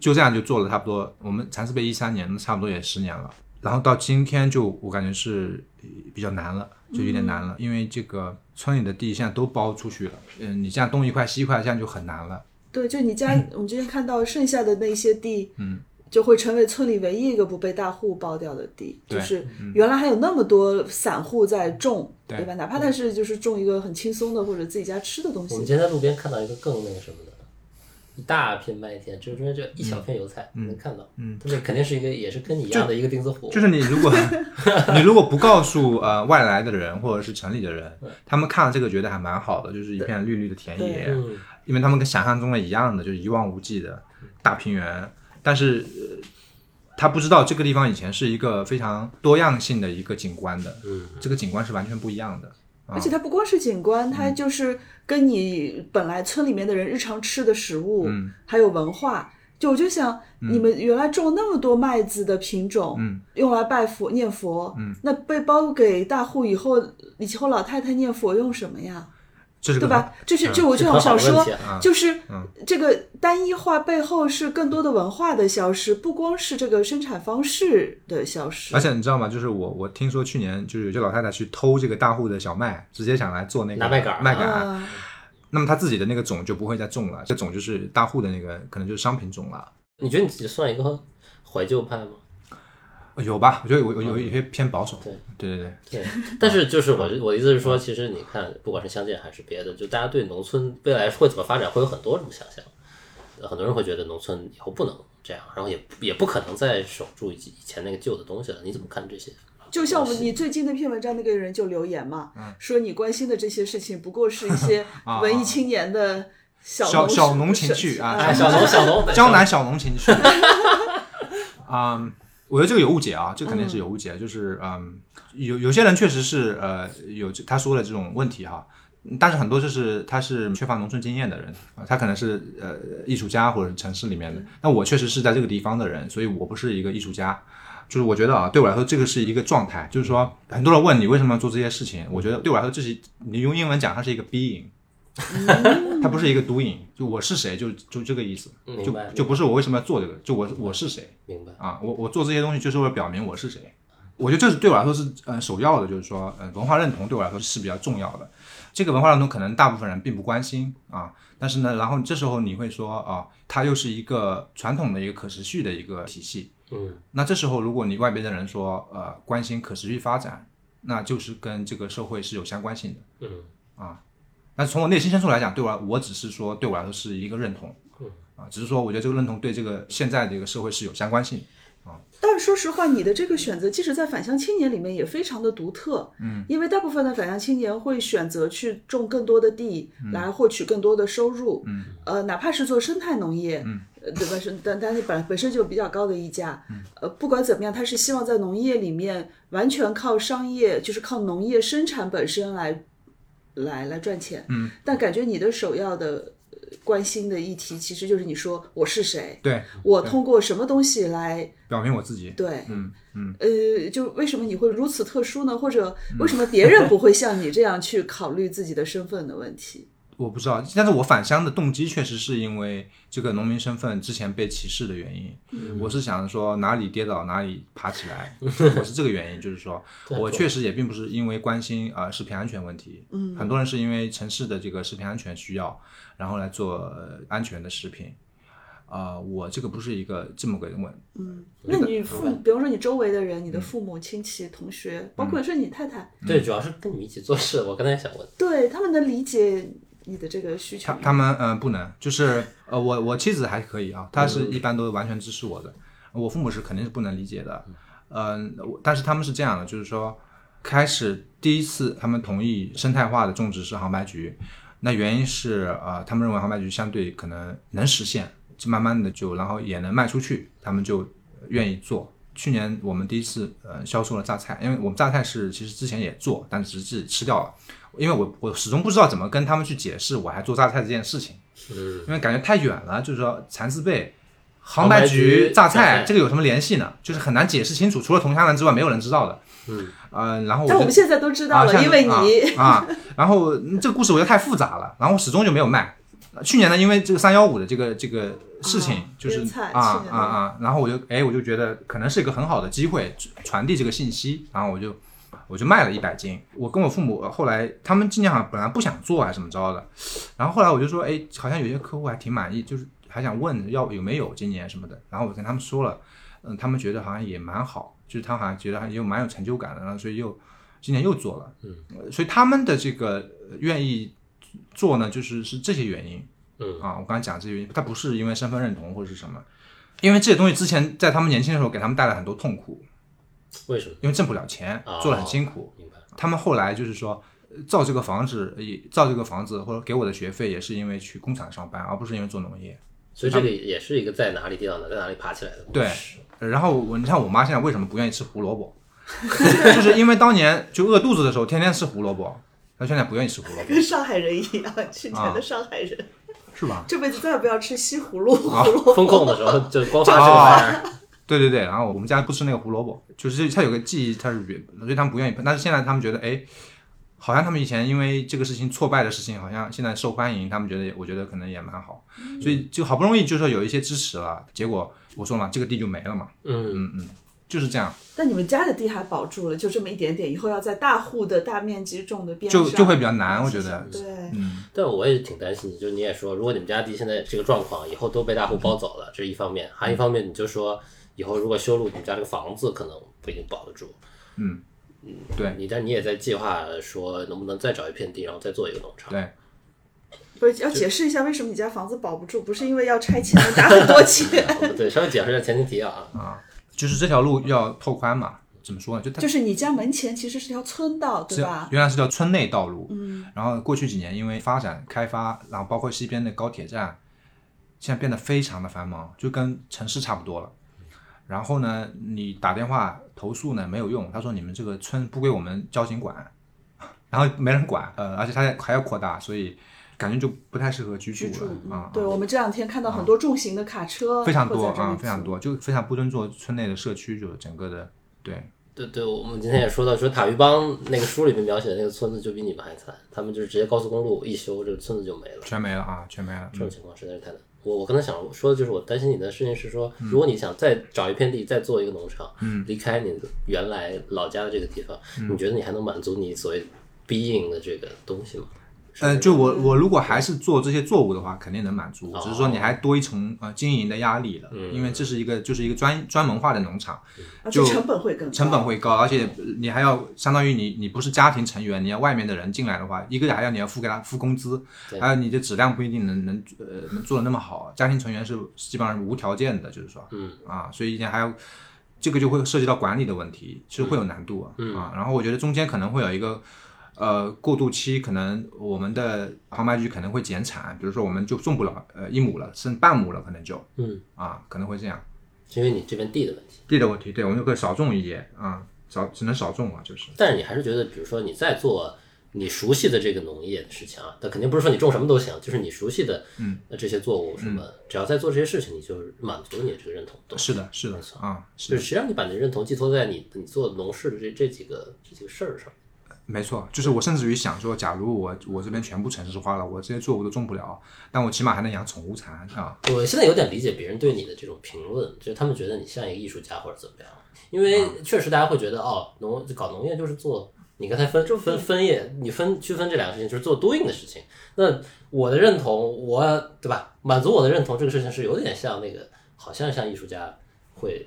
S4: 就这样就做了差不多，我们蚕丝被一三年，差不多也十年了。然后到今天就我感觉是呃比较难了，就有点难了，因为这个村里的地现在都包出去了，嗯，你像东一块西一块，现在就很难了。
S3: 对，就你 家，我们之前看到剩下的那些地，嗯，就会成为村里唯一一个不被大户包掉的地。就
S4: 对嗯
S3: 是原来还有那么多散户在种，
S4: 对
S3: 吧？哪怕他是就是种一个很轻松的或者自己家吃的东
S2: 我们
S3: 西，
S2: 今天在路边看到一个更那个什么的，一大片麦田，就是中间就一小片油菜，能看到。嗯，它那肯定是一个，也是跟你一样的一个钉子户。
S4: 就是你如 果你如果不告诉呃外来的人或者是城里的人，他们看了这个觉得还蛮好的，就是一片绿绿的田野，
S2: 嗯，
S4: 因为他们跟想象中的一样的，就是一望无际的大平原，但是、呃他不知道这个地方以前是一个非常多样性的一个景观的，
S2: 嗯
S4: 这个景观是完全不一样的。
S3: 而且它不光是景观，它
S4: 嗯
S3: 就是跟你本来村里面的人日常吃的食物，
S4: 嗯
S3: 还有文化。就我就想，你们原来种那么多麦子的品种，
S4: 嗯
S3: 用来拜佛念佛，那被包给大户以后，以后老太太念佛用什么呀？
S4: 这是个
S3: 对吧？就是
S4: 嗯
S3: 就我就
S2: 很好
S3: 想
S2: 的问
S3: 说
S2: 题，啊，
S3: 就是
S4: 嗯
S3: 这个单一化背后是更多的文化的消失，不光是这个生产方式的消失。
S4: 而且你啊知道吗？就是我我听说去年就是有些老太太去偷这个大户的小麦，直接想来做那个
S2: 拿麦秆儿
S4: 麦秆儿，
S3: 啊，
S4: 那么她自己的那个种就不会再种了，这种就是大户的那个可能就是商品种了。
S2: 你觉得你自己算一个怀旧派吗？
S4: 有吧？我觉得我我有一些偏保守。
S2: 对
S4: 对对
S2: 对， 但是就是我我的意思是说，其实你看，不管是乡间还是别的，就大家对农村未来会怎么发展会有很多种想象。呃很多人会觉得农村以后不能这样，然后也也不可能再守住以以前那个旧的东西了。你怎么看这些？
S3: 就像我们你最近那篇文章，那个人就留言嘛，说你关心的这些事情不过 是一些
S4: 嗯啊
S3: 文艺青年的小
S4: 小小
S3: 农
S4: 农情趣啊
S2: 哎，小龙，小龙，
S4: 江南小农情 趣。啊、我觉得这个有误解啊，这肯定是有误解。就是嗯，有有些人确实是呃有这他说的这种问题哈，但是很多就是他是缺乏农村经验的人，啊他可能是呃艺术家或者城市里面的。
S2: 嗯
S4: 那我确实是在这个地方的人，所以我不是一个艺术家。就是我觉得啊，对我来说这个是一个状态，就是说
S2: 嗯
S4: 很多人问你为什么要做这些事情，我觉得对我来说这是你用英文讲它是一个 being，它 不是一个 doing，就我是谁就就这个意思，
S2: 嗯明
S4: 就
S2: 白
S4: 就不是我为什么要做这个，就我我是谁
S2: 明白。
S4: 啊，我我做这些东西就是为了表明我是谁，我觉得这是对我来说是呃首要的，就是说呃文化认同对我来说是比较重要的，这个文化认同可能大部分人并不关心啊，但是呢，然后这时候你会说啊，它又是一个传统的一个可持续的一个体系，
S2: 嗯，
S4: 那这时候，如果你外边的人说，呃，关心可持续发展，那就是跟这个社会是有相关性的。
S2: 嗯
S4: 啊，但是从我内心深处来讲，对我来我只是说，对我来说是一个认同。啊，只是说我觉得这个认同对这个现在这个社会是有相关性的。
S3: 但是说实话，你的这个选择，即使在返乡青年里面也非常的独特，嗯，因为大部分的返乡青年会选择去种更多的地来获取更多的收入，嗯，呃，哪怕是做生态农业，嗯，对吧？是，但但是本本身就有比较高的溢价，呃，不管怎么样，他是希望在农业里面完全靠商业，就是靠农业生产本身来来来赚钱，嗯，但感觉你的首要的。呃关心的议题其实就是你说我是谁，
S4: 对，
S3: 我通过什么东西来
S4: 表明我自己。
S3: 对，
S4: 嗯嗯，
S3: 呃，就为什么你会如此特殊呢？或者为什么别人不会像你这样去考虑自己的身份的问题？
S4: 我不知道，但是我返乡的动机确实是因为这个农民身份之前被歧视的原因。我是想说哪里跌倒哪里爬起 来，我是这个原因，就是说我确实也并不是因为关心啊、呃食品安全问题，嗯，很多人是因为城市的这个食品安全需要，然后来做、呃安全的食品。啊、我这个不是一个这么个问，
S3: 嗯那你父母，比方说你周围的人，你
S4: 嗯
S3: 的父母、亲戚、同学，包括是你太太，
S2: 对，主要是跟你们一起做事。我刚才也想问，
S3: 对他们能理解你的这个需求
S4: 他
S3: 吗。
S4: 他们嗯、呃不能，就是呃我我妻子还可以啊，她是一般都完全支持我的，我父母是肯定是不能理解的，嗯、我但是他们是这样的，就是说开始第一次他们同意生态化的种植是杭白菊，那原因是呃他们认为杭白菊相对可能能实现，就慢慢的就然后也能卖出去，他们就愿意做。去年我们第一次呃销售了榨菜，因为我们榨菜是其实之前也做，但只是自己吃掉了。因为我我始终不知道怎么跟他们去解释我还做榨菜这件事情，
S2: 嗯
S4: 因为感觉太远了，就是说蚕丝被、杭
S2: 杭白
S4: 白
S2: 菊
S4: 菊、榨
S2: 榨菜
S4: 菜这个有什么联系呢？就是很难解释清楚，除了同乡人之外，没有人知道的。
S2: 嗯，
S4: 呃，然后我
S3: 但
S4: 就
S3: 我们现在都知道
S4: 啊
S3: 了，
S4: 像
S3: 因为你 啊
S4: 啊啊然后嗯这个故事我觉得太复杂了，然后我始终就没有卖。呃去年呢，因为这个三幺五的这个这个事情，
S3: 啊
S4: 就是
S3: 腌菜
S4: 啊
S3: 去年的
S4: 啊
S6: 嗯
S4: 啊，然后我就哎，我就觉得可能是一个很好的机会传递这个信息，然后我就我就卖了一百斤。我跟我父母呃后来他们今年好像本来不想做还是怎么着的，然后后来我就说，哎，好像有些客户还挺满意，就是还想问要有没有今年什么的。然后我跟他们说了，嗯，他们觉得好像也蛮好，就是他好像觉得也有蛮有成就感的，然后所以又今年又做了。所以他们的这个呃愿意做呢，就是是这些原因
S2: 嗯
S4: 啊。我刚才讲这些原因，它不是因为身份认同或者是什么，因为这些东西之前在他们年轻的时候给他们带来很多痛苦，
S2: 为什么？
S4: 因为挣不了钱
S2: 哦，
S4: 做的很辛苦。
S2: 明白。
S4: 他们后来就是说，呃造这个房子也造这个房子，或者给我的学费也是因为去工厂上班，而不是因为做农业。
S2: 所以这个也是一个在哪里跌倒在哪里爬起来的故
S4: 对
S2: 事。
S4: 呃然后我你看我妈现在为什么不愿意吃胡萝卜， 就是因为当年就饿肚子的时候天天吃胡萝卜，她现在不愿意吃胡萝卜
S3: 跟，上海人一样，去年
S4: 啊
S3: 的上海人
S4: 是吧？
S3: 这辈子再也不要吃西葫芦。
S4: 啊，
S2: 风控的时候就光发这个玩意 儿。
S4: 对对对，然后我们家不吃那个胡萝卜，就是它有个记忆，它是别，所以他们不愿意碰。但是现在他们觉得，哎，好像他们以前因为这个事情挫败的事情，好像现在受欢迎，他们觉得也我觉得可能也蛮好，所以就好不容易就说有一些支持了，结果我说嘛，这个地就没了嘛，
S2: 嗯，
S4: 嗯嗯，就是这样，
S3: 但你们家的地还保住了，就这么一点点，以后要在大户的大面积种的边上，
S4: 就就会比较难，我觉得，
S3: 对，
S4: 嗯，
S2: 但我也挺担心的，就你也说，如果你们家地现在这个状况，以后都被大户包走了，这是一方面；还一方面，你就说以后如果修路，你们家这个房子可能不一定保得住。
S4: 嗯，对
S2: 你，但你也在计划说，能不能再找一片地，然后再做一个农场？
S4: 对，
S3: 不是要解释一下为什么你家房子保不住，不是因为要拆迁打很多 钱，
S2: 嗯我们对，稍微解释一下前提啊，
S4: 就是这条路要拓宽嘛，怎么说呢？就它
S3: 就是你家门前其实是条村道，对
S4: 是啊
S3: 吧？
S4: 原来是叫村内道路，嗯，然后过去几年因为发展开发，然后包括西边的高铁站，现在变得非常的繁忙，就跟城市差不多了。然后呢，你打电话投诉呢没有用，他说你们这个村不归我们交警管，然后没人管，呃，而且他还要扩大，所以感觉就不太适合居
S3: 居
S4: 住
S3: 住嗯
S4: 了，啊、啊
S3: 对，我们这两天看到很多重型的卡车，
S4: 非常多
S3: 会在这
S4: 啊
S3: 里，
S4: 非常多，就非常不尊重村内的社区，就是整个的，对，
S2: 对对，我们今天也说到，说塔鱼帮那个书里面描写的那个村子就比你们还惨，他们就是直接高速公路一修，这个村子就没了。
S4: 全没了啊，全没了，
S2: 这
S4: 嗯
S2: 种情况实在是太难。我我刚才想说的就是，我担心你的事情是说，
S4: 嗯
S2: 如果你想再找一片地，再做一个农场，离开你原来老家的这个地方，
S4: 嗯
S2: 你觉得你还能满足你所谓 being 的这个东西吗？
S4: 呃，就我我如果还是做这些作物的话，肯定能满足，
S2: 哦
S4: 只是说你还多一重呃经营的压力了，因为这是一个就是一个专专门化的农场，
S3: 而且
S4: 就
S3: 啊成本会更高
S4: 成本会高，而且你还要相当于你你不是家庭成员，你要外面的人进来的话，一个还要你要付给他付工资，
S2: 对
S4: 还有你的质量不一定能能呃能做的那么好，家庭成员是基本上是无条件的，就是说，
S2: 嗯
S4: 啊，所以你还要这个就会涉及到管理的问题，其实会有难度啊，
S2: 嗯
S4: 啊，然后我觉得中间可能会有一个。呃，过渡期可能我们的航拍局可能会减产，比如说我们就种不了呃一亩了，剩半亩了，可能就
S2: 嗯，
S4: 啊可能会这样。
S2: 是因为你这边地的问题。
S4: 地的问题，对我们就可以少种一些啊，少只能少种啊，就是
S2: 但是你还是觉得，比如说你在做你熟悉的这个农业的事情啊，但肯定不是说你种什么都行，就是你熟悉的
S4: 嗯
S2: 呃这些作物什么，只要在做这些事情，你就是满足你这个认同度。
S4: 是的，是的
S2: 没错
S4: 啊，是
S2: 就是
S4: 的，
S2: 谁让你把你的认同寄托在你你做农事的这这几个这几个事儿上？
S4: 没错，就是我甚至于想说，假如我我这边全部城市化了，我这些作物都种不了，但我起码还能养宠物蚕啊，
S2: 我现在有点理解别人对你的这种评论，就是他们觉得你像一个艺术家或者怎么样，因为
S3: 嗯
S2: 确实大家会觉得哦，农搞农业就是做。你刚才分分分业，你分区分这两个事情，就是做 doing 的事情。那我的认同，我对吧？满足我的认同，这个事情是有点像那个，好像像艺术家会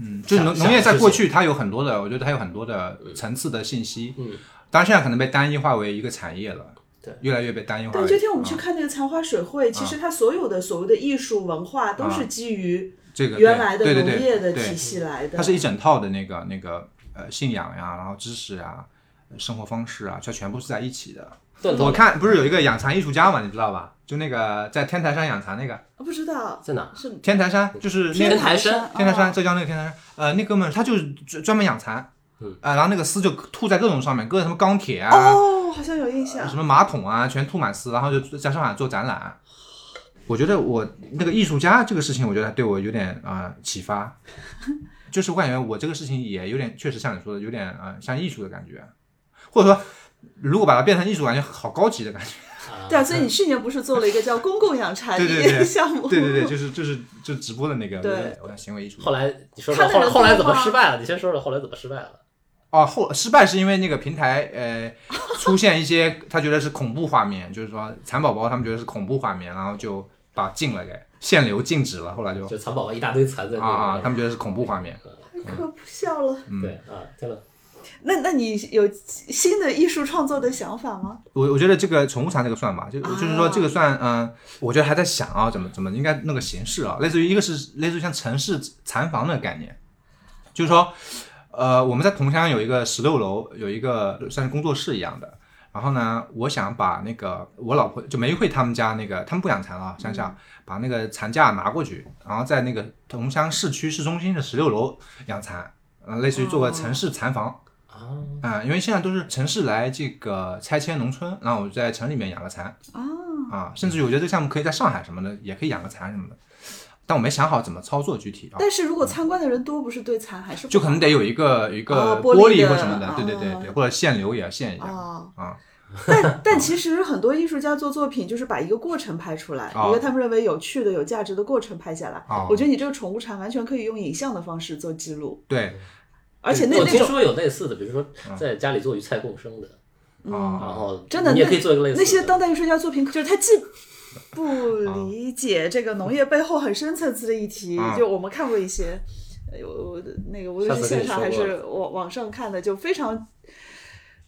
S4: 嗯，就是农
S2: 想
S4: 农业在
S2: 想
S4: 过
S2: 事情
S4: 去它有很多的，我觉得它有很多的层次的信息，
S2: 嗯，
S4: 当然现在可能被单一化为一个产业了，
S2: 对
S4: 越来越被单一化
S3: 对，
S4: 为。
S3: 这天我们
S4: 啊
S3: 去看那个残花水会，其实它所有的所谓的艺术文化都是基于
S4: 这个
S3: 原来的
S4: 对对
S3: 农
S4: 对
S3: 业的
S4: 对
S3: 体系来的。
S4: 它是一整套的那个那个呃信仰呀，然后知识呀，呃生活方式啊，它全部是在一起的。
S2: 断头
S4: 我看不是有一个养蚕艺术家嘛，你知道吧？就那个在天台山养蚕那个，
S3: 啊不知道
S2: 在哪？
S3: 是
S4: 天台山就是那
S2: 天
S4: 个
S2: 台山
S4: 天台山，浙江那个天台山，呃，那哥们儿他就是专专门养蚕，
S2: 嗯
S4: 啊，然后那个丝就吐在各种上面，各种什么钢铁啊，
S3: 哦，好像有印象
S4: 什。么马桶啊，全吐满丝，然后就在上海做展览。我觉得我那个艺术家这个事情，我觉得对我有点啊、呃 启发，就是我感觉我这个事情也有点，确实像你说的，有点啊、呃像艺术的感觉，或者说如果把它变成艺术，感觉好高级的感 觉。
S2: 啊
S3: 对啊，所以你去年不是做了一个叫公共 养蚕
S4: 嗯对对对
S3: 的项目？
S4: 对对对，就是就是就直播的那个，我觉
S3: 对
S4: 得我的行为艺术。
S2: 后来你说说
S3: 看
S2: 后
S3: 了
S2: 来
S3: 人
S2: 后来怎么
S3: 多吗
S2: 失败了？你先说说后来怎么失败了？
S4: 哦，后失败是因为那个平台呃出现一些他觉得是恐怖画面，就是说蚕宝宝他们觉得是恐怖画面，然后就把禁了给限流禁止了，后来就
S2: 就蚕宝宝一大堆蚕在那
S4: 啊啊，他
S2: 边
S4: 们觉得是恐怖画面。
S3: 可不笑了。
S4: 嗯
S2: 对啊，对了，
S3: 那那你有新的艺术创作的想法吗？
S4: 我我觉得这个宠物蚕这个算吧，就
S3: 啊
S4: 就是说这个算，嗯、我觉得还在想啊，怎么怎么应该弄个形式啊，类似于一个是类似于像城市蚕房的概念，就是说，呃，我们在桐乡有一个十六楼有一个算是工作室一样的，然后呢，我想把那个我老婆就梅慧他们家那个他们不养蚕了啊，乡下、把那个蚕架拿过去，然后在那个桐乡市区市中心的十六楼养蚕，嗯、类似于做个城市蚕房。
S2: 啊，
S4: 啊、因为现在都是城市来这个拆迁农村，然后我就在城里面养个蚕
S3: 啊，
S4: 啊，甚至我觉得这个项目可以在上海什么的也可以养个蚕什么的，但我没想好怎么操作具体啊，
S3: 但是如果参观的人多，不是对残还是不
S4: 就可能得有一个有一个
S3: 哦玻璃
S4: 璃
S3: 的
S4: 或什么的，
S3: 啊
S4: 对对对对，或者限流也限一下
S3: 哦
S4: 啊，
S3: 但但其实很多艺术家做作品就是把一个过程拍出来，
S4: 哦
S3: 一个他们认为有趣的、有价值的过程拍下来。
S4: 哦
S3: 我觉得你这个宠物禅完全可以用影像的方式做记录，
S4: 对
S3: 而且那
S2: 我
S3: 那
S2: 听
S3: 种
S2: 说有类似的，比如
S4: 嗯
S2: 说在家里做鱼菜共生的，
S3: 嗯
S4: 啊，
S2: 然后
S3: 真的
S2: 你也
S3: 那
S2: 可以做一个类似的啊
S3: 那些当代艺术家作品，就是他既不理解这个农业背后很深层次的议题，
S4: 啊
S3: 就我们看过一些，呃我我那个无
S2: 上
S3: 论
S2: 次
S3: 是
S2: 跟你
S3: 现场
S2: 说
S3: 还
S2: 过
S3: 是
S2: 了
S3: 网网上看的，就非常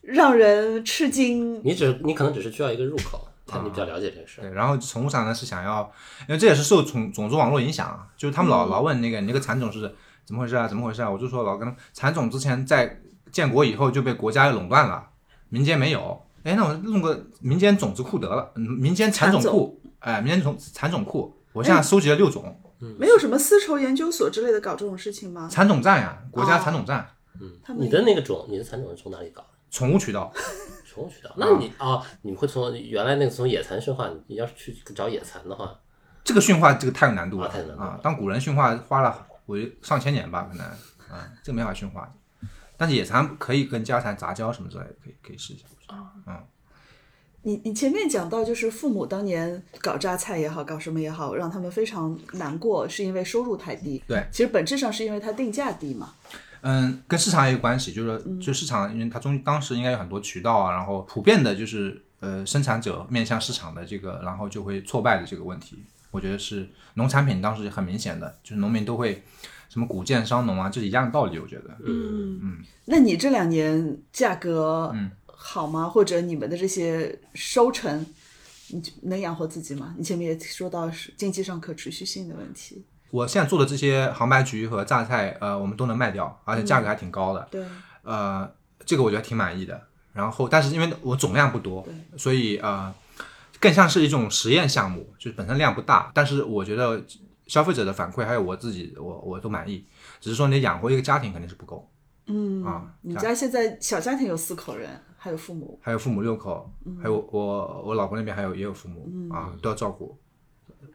S3: 让人吃惊。
S2: 你只你可能只是需要一个入口，他你比较了解这个事儿。
S4: 嗯对，然后宠物厂呢是想要，因为这也是受种种子网络影响啊，就是他们老老问那个你那个蚕种是怎么回事啊，怎么回事啊？我就说老跟他们蚕种之前在建国以后就被国家垄断了，民间没有，哎，那我弄个民间种子库得了，嗯民间蚕种库，哎，民间种蚕种库，我现在收集了六种
S3: 没有什么丝绸研究所之类的搞这种事情吗？
S4: 蚕种站呀、国家
S3: 哦
S4: 蚕种站，
S3: 他们
S2: 嗯你的那个种，你的蚕种是从哪里搞的？
S4: 宠物渠道，
S2: 宠物渠道？
S4: 嗯
S2: 那你啊，你们会从原来那个从野蚕驯化，你你要是去找野蚕的话，
S4: 这个驯化这个太有难度了
S2: 啊太有难度了
S4: 啊！当古人驯化花了我觉得上千年吧，可能啊，这个没法驯化。但是野蚕可以跟家蚕杂交什么之类的，可以可以试一下。
S2: 哦
S3: 你你前面讲到，就是父母当年搞榨菜也好，搞什么也好，让他们非常难过，是因为收入太低。
S4: 对
S3: 其实本质上是因为它定价低嘛。
S4: 嗯，跟市场也有关系，就是
S2: 嗯
S4: 说就市场，因为它中当时应该有很多渠道啊，然后普遍的就是呃生产者面向市场的这个，然后就会挫败的这个问题，我觉得是农产品当时很明显的，就是农民都会什么谷贱伤农啊，这是一样的道理，我觉得。
S2: 嗯，
S3: 那你这两年价格
S4: 嗯
S3: 好吗？或者你们的这些收成，你就能养活自己吗？你前面也说到是经济上可持续性的问题。
S4: 我现在做的这些杭白菊和榨菜，呃，我们都能卖掉，而且价格还挺高的。
S3: 对，
S4: 呃，这个我觉得挺满意的。然后，但是因为我总量不多，所以呃，更像是一种实验项目，就是本身量不大，但是我觉得消费者的反馈还有我自己，我我都满意。只是说你养活一个家庭肯定是不够，嗯啊，
S3: 你
S4: 家
S3: 家现在小家庭有四口人，还有父母，
S4: 还有父母六口，
S3: 嗯
S4: 还有我我老婆那边还有也有父母、啊，都要照顾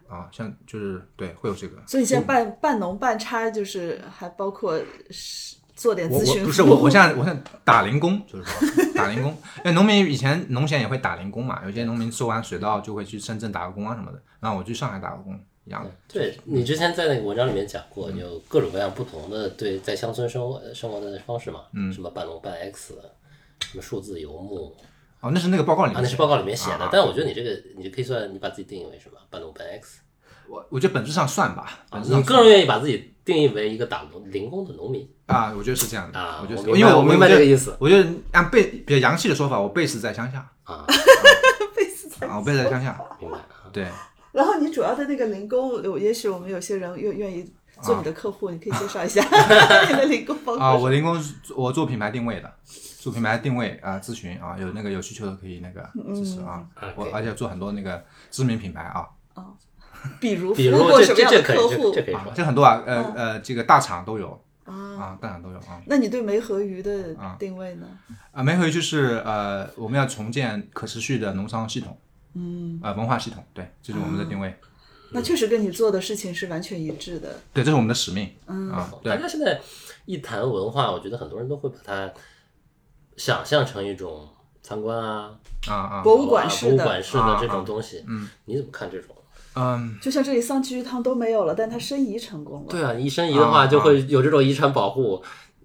S4: 啊，像就是对会有这个。
S3: 所以现在半、半农半差，就是还包括是做点
S4: 我
S3: 咨询
S4: 我不是
S3: 服务
S4: 我，我现在我现在打零工，就是说打零工。因为农民以前农闲也会打零工嘛，有些农民收完水稻就会去深圳打个工啊什么的。然后我去上海打个工一样的。
S2: 对你之前在那个文章里面讲过，有各种各样不同的对在乡村生活生活的方式嘛，嗯，什么半农半 X，什啊么数字游牧
S4: 哦，那是那个报告里
S2: 啊，
S4: 面，
S2: 那是报告里面写
S4: 啊
S2: 的。但我觉得你这个，你可以算你把自己定义为什么半农半 X
S4: 我我觉得本质上算吧，
S2: 啊
S4: 本，质
S2: 你
S4: 上
S2: 更愿意把自己定义为一个打农零工的农民。
S4: 啊，我觉得是这样的。
S2: 啊
S4: 我觉得是
S2: 我明白
S4: 因为
S2: 我明白
S4: 觉得
S2: 这个意思
S4: 我觉得按贝比较洋气的说法，我贝斯在乡下
S2: 啊，
S4: 啊，我贝斯在 乡下。
S2: 明白啊，
S4: 对，
S3: 然后你主要的那个零工，我也许我们有些人愿愿意做你的客户，你可以介绍一 下 你的零工包括
S4: 啊，我零工是我做品牌定位的，做品牌定位啊、咨询啊，有那个有需求的可以那个支持啊。
S2: 嗯
S4: 我
S2: OK
S4: 而且做很多那个知名品牌啊，
S3: 比如
S2: 比
S3: 服
S2: 如
S3: 务过
S2: 这
S3: 什么
S2: 这
S3: 样
S2: 这
S3: 的
S2: 可以
S3: 客，
S2: 这
S3: 户
S2: 这可以
S4: 啊
S2: 说，
S4: 这很多啊，
S3: 嗯
S4: 呃呃，这个大厂都有啊，大厂都有啊
S3: 那你对梅和鱼的
S4: 啊
S3: 定位呢？
S2: 嗯
S4: 啊，没回就是呃，我们要重建可持续的农商系统，嗯，呃，文化系统，对，这是我们
S3: 啊
S4: 的定位，
S3: 那确实跟你做的事情是完全一致的。
S4: 对，这是我们的使命
S3: 嗯
S4: 啊，
S2: 大
S4: 对
S2: 家现在一谈文化，我觉得很多人都会把它想象成一种参观啊、
S4: 啊啊，
S3: 博物馆
S2: 啊
S3: 式
S2: 博物
S3: 的
S2: 馆式的
S4: 啊
S2: 这
S4: 啊
S2: 种东西。嗯，你怎么看这种？
S4: 嗯，
S3: 就像这里桑寄鱼汤都没有了，但它申遗成功了。
S2: 对啊，一申遗的话
S4: 啊
S2: 就会有这种遗产保护。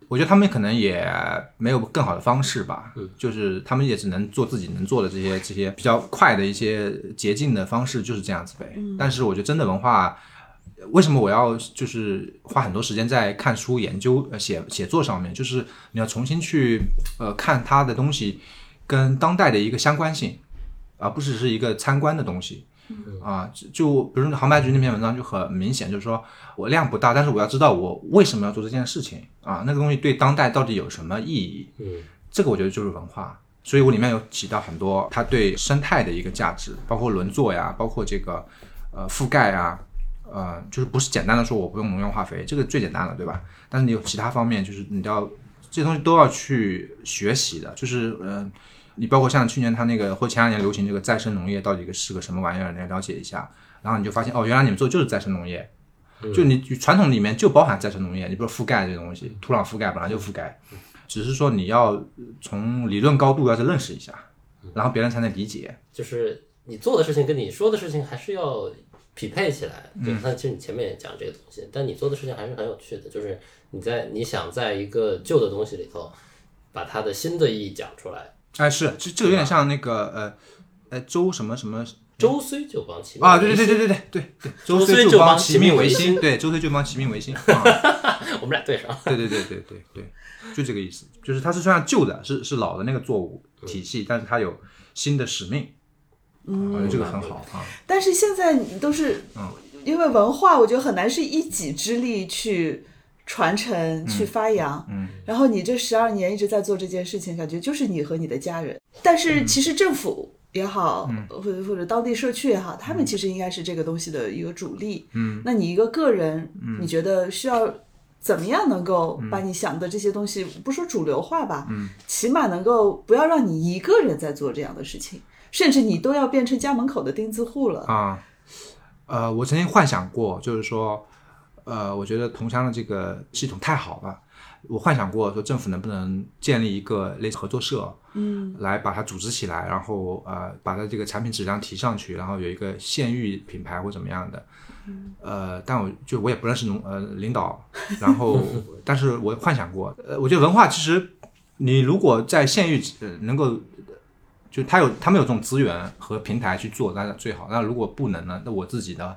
S4: 我觉得他们可能也没有更好的方式吧，就是他们也只能做自己能做的这些这些比较快的一些捷径的方式，就是这样子呗。但是我觉得真的文化，为什么我要就是花很多时间在看书、研究、呃写写作上面？就是你要重新去呃看它的东西跟当代的一个相关性，而不只是一个参观的东西。啊，就就比如说航拍局那篇文章就很明显，就是说我量不大，但是我要知道我为什么要做这件事情啊，那个东西对当代到底有什么意义？
S2: 嗯，
S4: 这个我觉得就是文化。所以我里面有提到很多它对生态的一个价值，包括轮作呀，包括这个呃覆盖啊，呃，就是不是简单的说我不用农药化肥，这个最简单了，对吧？但是你有其他方面，就是你都要这些东西都要去学习的，就是嗯、呃你包括像去年他那个或前两年流行这个再生农业到底是个什么玩意儿，你要了解一下。然后你就发现哦，原来你们做的就是再生农业，
S2: 嗯
S4: 就你传统里面就包含再生农业，你比如覆盖这东西，土壤覆盖本来就覆盖，只是说你要从理论高度要去认识一下，
S2: 嗯
S4: 然后别人才能理解。
S2: 就是你做的事情跟你说的事情还是要匹配起来。
S4: 嗯
S2: 对，那其实你前面也讲这个东西，但你做的事情还是很有趣的，就是你在你想在一个旧的东西里头，把它的新的意义讲出来。
S4: 哎，是这这有点像那个呃呃周什么什么
S2: 啊周虽久帮其
S4: 啊，对
S2: 对，
S4: 对对对对对对，
S2: 周
S4: 周
S2: 虽
S4: 虽
S2: 就
S4: 就帮
S2: 帮其
S4: 其
S2: 命
S4: 命
S2: 为
S4: 为
S2: 心
S4: 心，对，周虽就帮其命为心。啊
S2: 我们俩对上。
S4: 对对对对对对，就这个意思，就是它是虽然旧的，是是老的那个作物体系，但是它有新的使命，
S2: 嗯
S4: 我觉得这个很好啊。
S3: 但是现在你都是，因为文化，我觉得很难是一己之力去传承、去发扬。嗯，然后你这十二年一直在做这件事情，感觉就是你和你的家人。但是其实政府也好，或者或者当地社区也好，他们其实应该是这个东西的一个主力。嗯，那你一个个人，你觉得需要？怎么样能够把你想的这些东西，不说主流化吧，嗯，起码能够不要让你一个人在做这样的事情，甚至你都要变成家门口的钉子户了。
S4: 啊，呃，我曾经幻想过，就是说，呃，我觉得同乡的这个系统太好了，我幻想过说政府能不能建立一个类似合作社，嗯，来把它组织起来，然后呃，把它这个产品质量提上去，然后有一个县域品牌或怎么样的。呃，但我就我也不认识农呃领导，然后但是我幻想过，呃，我觉得文化其实你如果在县域呃能够就他有他们有这种资源和平台去做，那最好。那如果不能呢？那我自己的，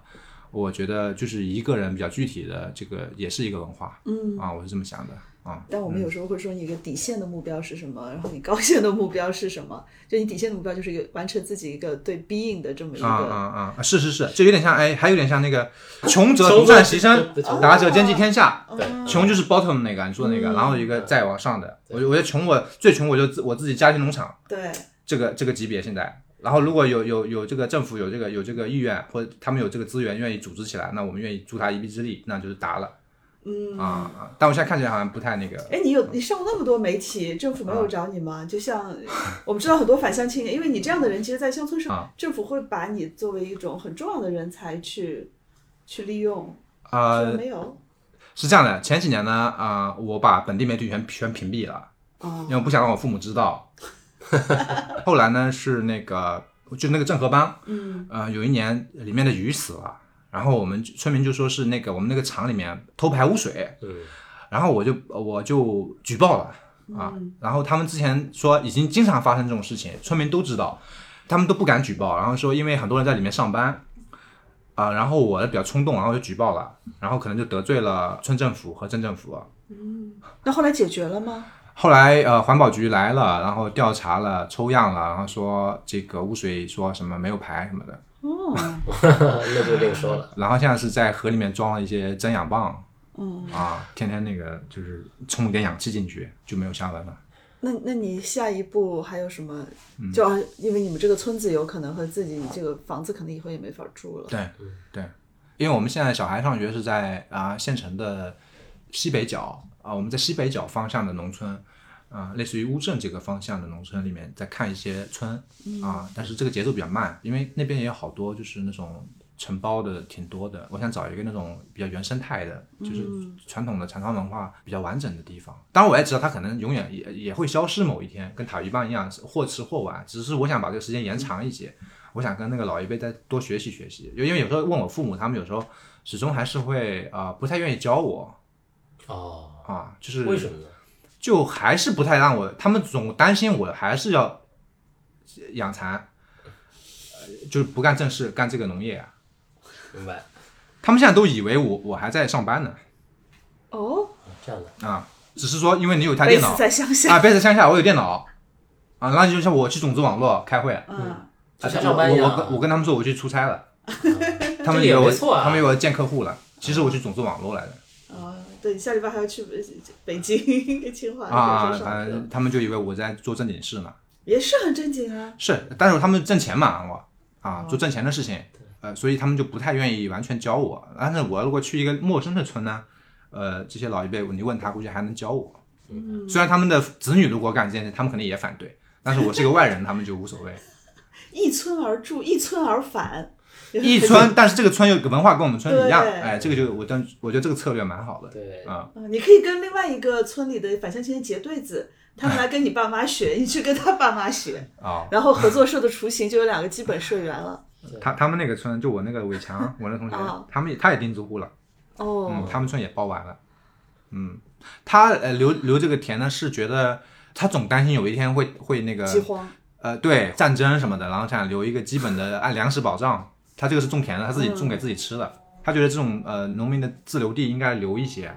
S4: 我觉得就是一个人比较具体的，这个也是一个文化，嗯啊，我是这么想的啊。
S3: 但我们有时候会说，你一个底线的目标是什么，然后你高线的目标是什么？就你底线的目标就是一个完成自己一个对 being 的这么一
S4: 啊
S3: 个。
S4: 啊啊！是是是，就有点像哎，还有点像那个 穷则独
S2: 者
S4: 善其身
S2: 对穷，
S4: 达者兼济天下。
S2: 对，
S4: 穷就是 bottom 那个你说的那个，然后一个再往上的。我我觉得穷我最穷我就自我自己家庭农场，
S3: 对，
S4: 这个这个级别现在。然后如果有有有这个政府有这个有这个意愿，或者他们有这个资源愿意组织起来，那我们愿意助他一臂之力，那就是达了。嗯啊啊！但我现在看起来好像不太那个。
S3: 哎，你有你上过那么多媒体，政府没
S4: 啊
S3: 有找你吗？就像我们知道很多返乡青年，因为你这样的人，其实，在乡村上
S4: 啊，
S3: 政府会把你作为一种很重要的人才去去利用。
S4: 呃，
S3: 没有
S4: 是这样的，前几年呢，啊、我把本地媒体全全屏蔽了，
S3: 啊
S4: 因为我不想让我父母知道。 后来呢，是那个就那个郑和帮，嗯，呃，有一年里面的鱼死了，然后我们就村民就说是那个我们那个厂里面偷排污水，
S2: 嗯，
S4: 然后我就呃我就举报了。啊，然后他们之前说已经经常发生这种事情，村民都知道，他们都不敢举报，然后说因为很多人在里面上班，啊、然后我比较冲动，然后就举报了，然后可能就得罪了村政府和镇政府。
S3: 那后来解决了吗？
S4: 后来呃，环保局来了，然后调查了、抽样了，然后说这个污水说什么没有排什么的，
S3: 哦，
S2: 嗯那就另说了。
S4: 然后现在是在河里面装了一些增氧棒，嗯啊，天天那个就是充一点氧气进去就没有下文了。
S3: 那那你下一步还有什么？
S4: 嗯
S3: 就啊因为你们这个村子有可能和自己这个房子可能以后也没法住了。
S4: 对对，因为我们现在小孩上学是在啊、县城的西北角啊、我们在西北角方向的农村啊、类似于乌镇这个方向的农村里面，在看一些村啊、但是这个节奏比较慢，因为那边也有好多就是那种承包的挺多的，我想找一个那种比较原生态的，就是传统的禅宗文化比较完整的地方。当然我也知道它可能永远也也会消失某一天，跟塔鱼棒一样，是或迟或晚，只是我想把这个时间延长一些。我想跟那个老一辈再多学习学习，因为有时候问我父母，他们有时候始终还是会啊、呃不太愿意教我
S2: 哦，
S4: 啊，就是
S2: 为什么呢？
S4: 就还是不太让我，他们总担心我还是要养蚕，呃就是不干正事，干这个农业啊。
S2: 明白，
S4: 他们现在都以为我我还在上班呢
S3: 哦，
S2: 这样的。
S4: 啊，只是说因为你有一台
S3: 贝
S4: 电
S3: 斯
S4: 脑
S3: 在乡下。
S4: 啊，贝斯乡下我有电脑啊，然后就像我去种子网络开会，
S3: 嗯，
S2: 就
S4: 啊
S2: 像上班一样啊
S4: 我我跟我跟他们说我去出 差了，他
S2: 这
S4: 们
S2: 个
S4: 以
S2: 也
S4: 为
S2: 没
S4: 我
S2: 错啊
S4: 他们以为我见客户了，其实我去种子网络来的。
S3: 啊，对，你下礼拜还要去北北京、 清华
S4: 啊，
S3: 上
S4: 反正
S3: 课，
S4: 他们就以为我在做正经事嘛，
S3: 也是很正经啊。
S4: 是，但是他们挣钱嘛，我啊做挣钱的事情，呃，所以他们就不太愿意完全教我。但是我如果去一个陌生的村呢，呃，这些老一辈你问他，估计还能教我。虽然他们的子女如果干这件事，他们肯定也反对，但是我是一个外人，他们就无所谓。
S3: 一村而住，一村而返，
S4: 一村，但是这个村有个文化跟我们村一样，
S3: 对
S4: 哎，这个就我当我觉得这个策略蛮好的，
S2: 对
S4: 啊、
S3: 啊，你可以跟另外一个村里的返乡青年结对子，他们来跟你爸妈学，你去跟他爸妈学，
S4: 哦，
S3: 然后合作社的雏形就有两个基本社员了。
S4: 他他们那个村就我那个伟强，我那同学
S3: 哦，
S4: 他们也他也钉子户了，嗯
S3: 哦，，
S4: 他们村也包完了，嗯，他呃留留这个田呢是觉得他总担心有一天会会那个
S3: 饥荒，
S4: 呃，对战争什么的，然后想留一个基本的按粮食保障。他这个是种田的，他
S6: 嗯
S4: 自己种给自己吃的。他觉得这种呃农民的自留地应该留一些，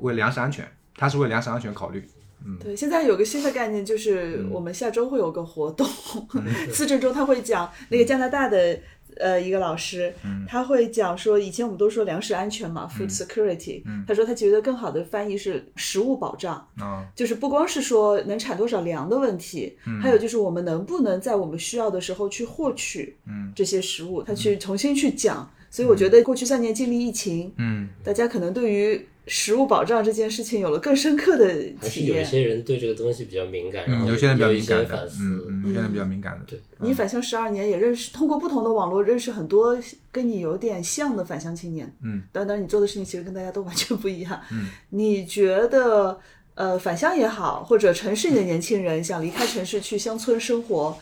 S4: 为粮食安全，他是为粮食安全考虑。
S2: 嗯
S3: 对，现在有个新的概念，就是我们下周会有个活动，
S2: 嗯
S3: 四正中他会讲那个加拿大的呃一个老师，
S2: 嗯
S3: 他会讲说，以前我们都说粮食安全嘛，food security，他
S2: 嗯
S3: 说他觉得更好的翻译是食物保障，
S2: 哦
S4: 啊、
S3: 就是不光是说能产多少粮的问题，
S2: 嗯
S3: 还有就是我们能不能在我们需要的时候去获取
S4: 嗯
S3: 这些食物，他去重新去讲。所以
S2: 嗯
S3: 我觉得过去三年经历疫情，
S4: 嗯，
S3: 大家可能对于食物保障这件事情有了更深刻的
S2: 还是
S3: 体
S2: 有一
S3: 验。
S2: 些人对这个东西比较敏感，然
S4: 嗯，
S2: 后
S4: 有些人比较
S2: 有一
S4: 敏感
S2: 些
S4: 的
S2: 反，
S4: 嗯
S2: 思。
S4: 嗯，有些人比较敏感的，
S2: 对
S3: 你返乡十二年，也认识通过不同的网络认识很多跟你有点像的返乡青年。
S4: 嗯，
S3: 当然你做的事情其实跟大家都完全不一样。嗯， 你觉得呃返乡也好，或者城市里的年轻人想离开城市去乡村生活，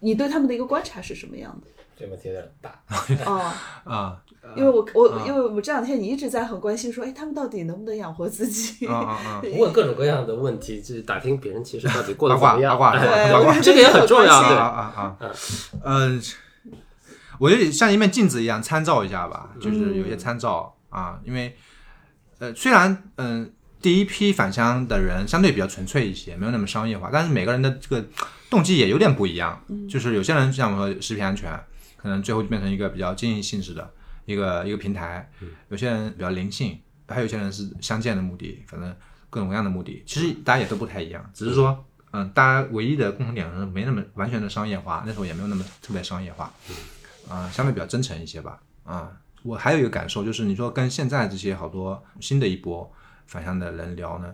S3: 你对他们的一个观察是什么样的？
S2: 这问题有点大。
S3: 哦，
S4: 啊
S3: 因为我
S2: 呃
S3: 我因为我这两天你一直在很关心说，哎，他们到底能不能养活自己？
S2: 呃
S4: 啊啊 啊！
S2: 问各种各样的问题，就是打听别人其实到底过得怎
S4: 八卦
S2: 么样。
S4: 八卦
S2: 哎
S4: 八
S3: 我
S4: 卦
S3: 觉，得
S2: 这个也很重要
S3: 关
S4: 啊
S3: 心
S2: 对
S4: 啊啊！嗯，我觉得像一面镜子一样参照一下吧，就是有些参照啊，因为呃，虽然嗯、第一批返乡的人相对比较纯粹一些，没有那么商业化，但是每个人的这个动机也有点不一样。就是有些人像我们说食品安全，可能最后就变成一个比较经营性质的一个一个平台；有些人比较灵性，还有一些人是相见的目的，反正各种各样的目的。其实大家也都不太一样，只是说。嗯，大家唯一的共同点是没那么完全的商业化，那时候也没有那么特别商业化，啊、相对比较真诚一些吧。啊、我还有一个感受就是，你说跟现在这些好多新的一波返乡的人聊呢，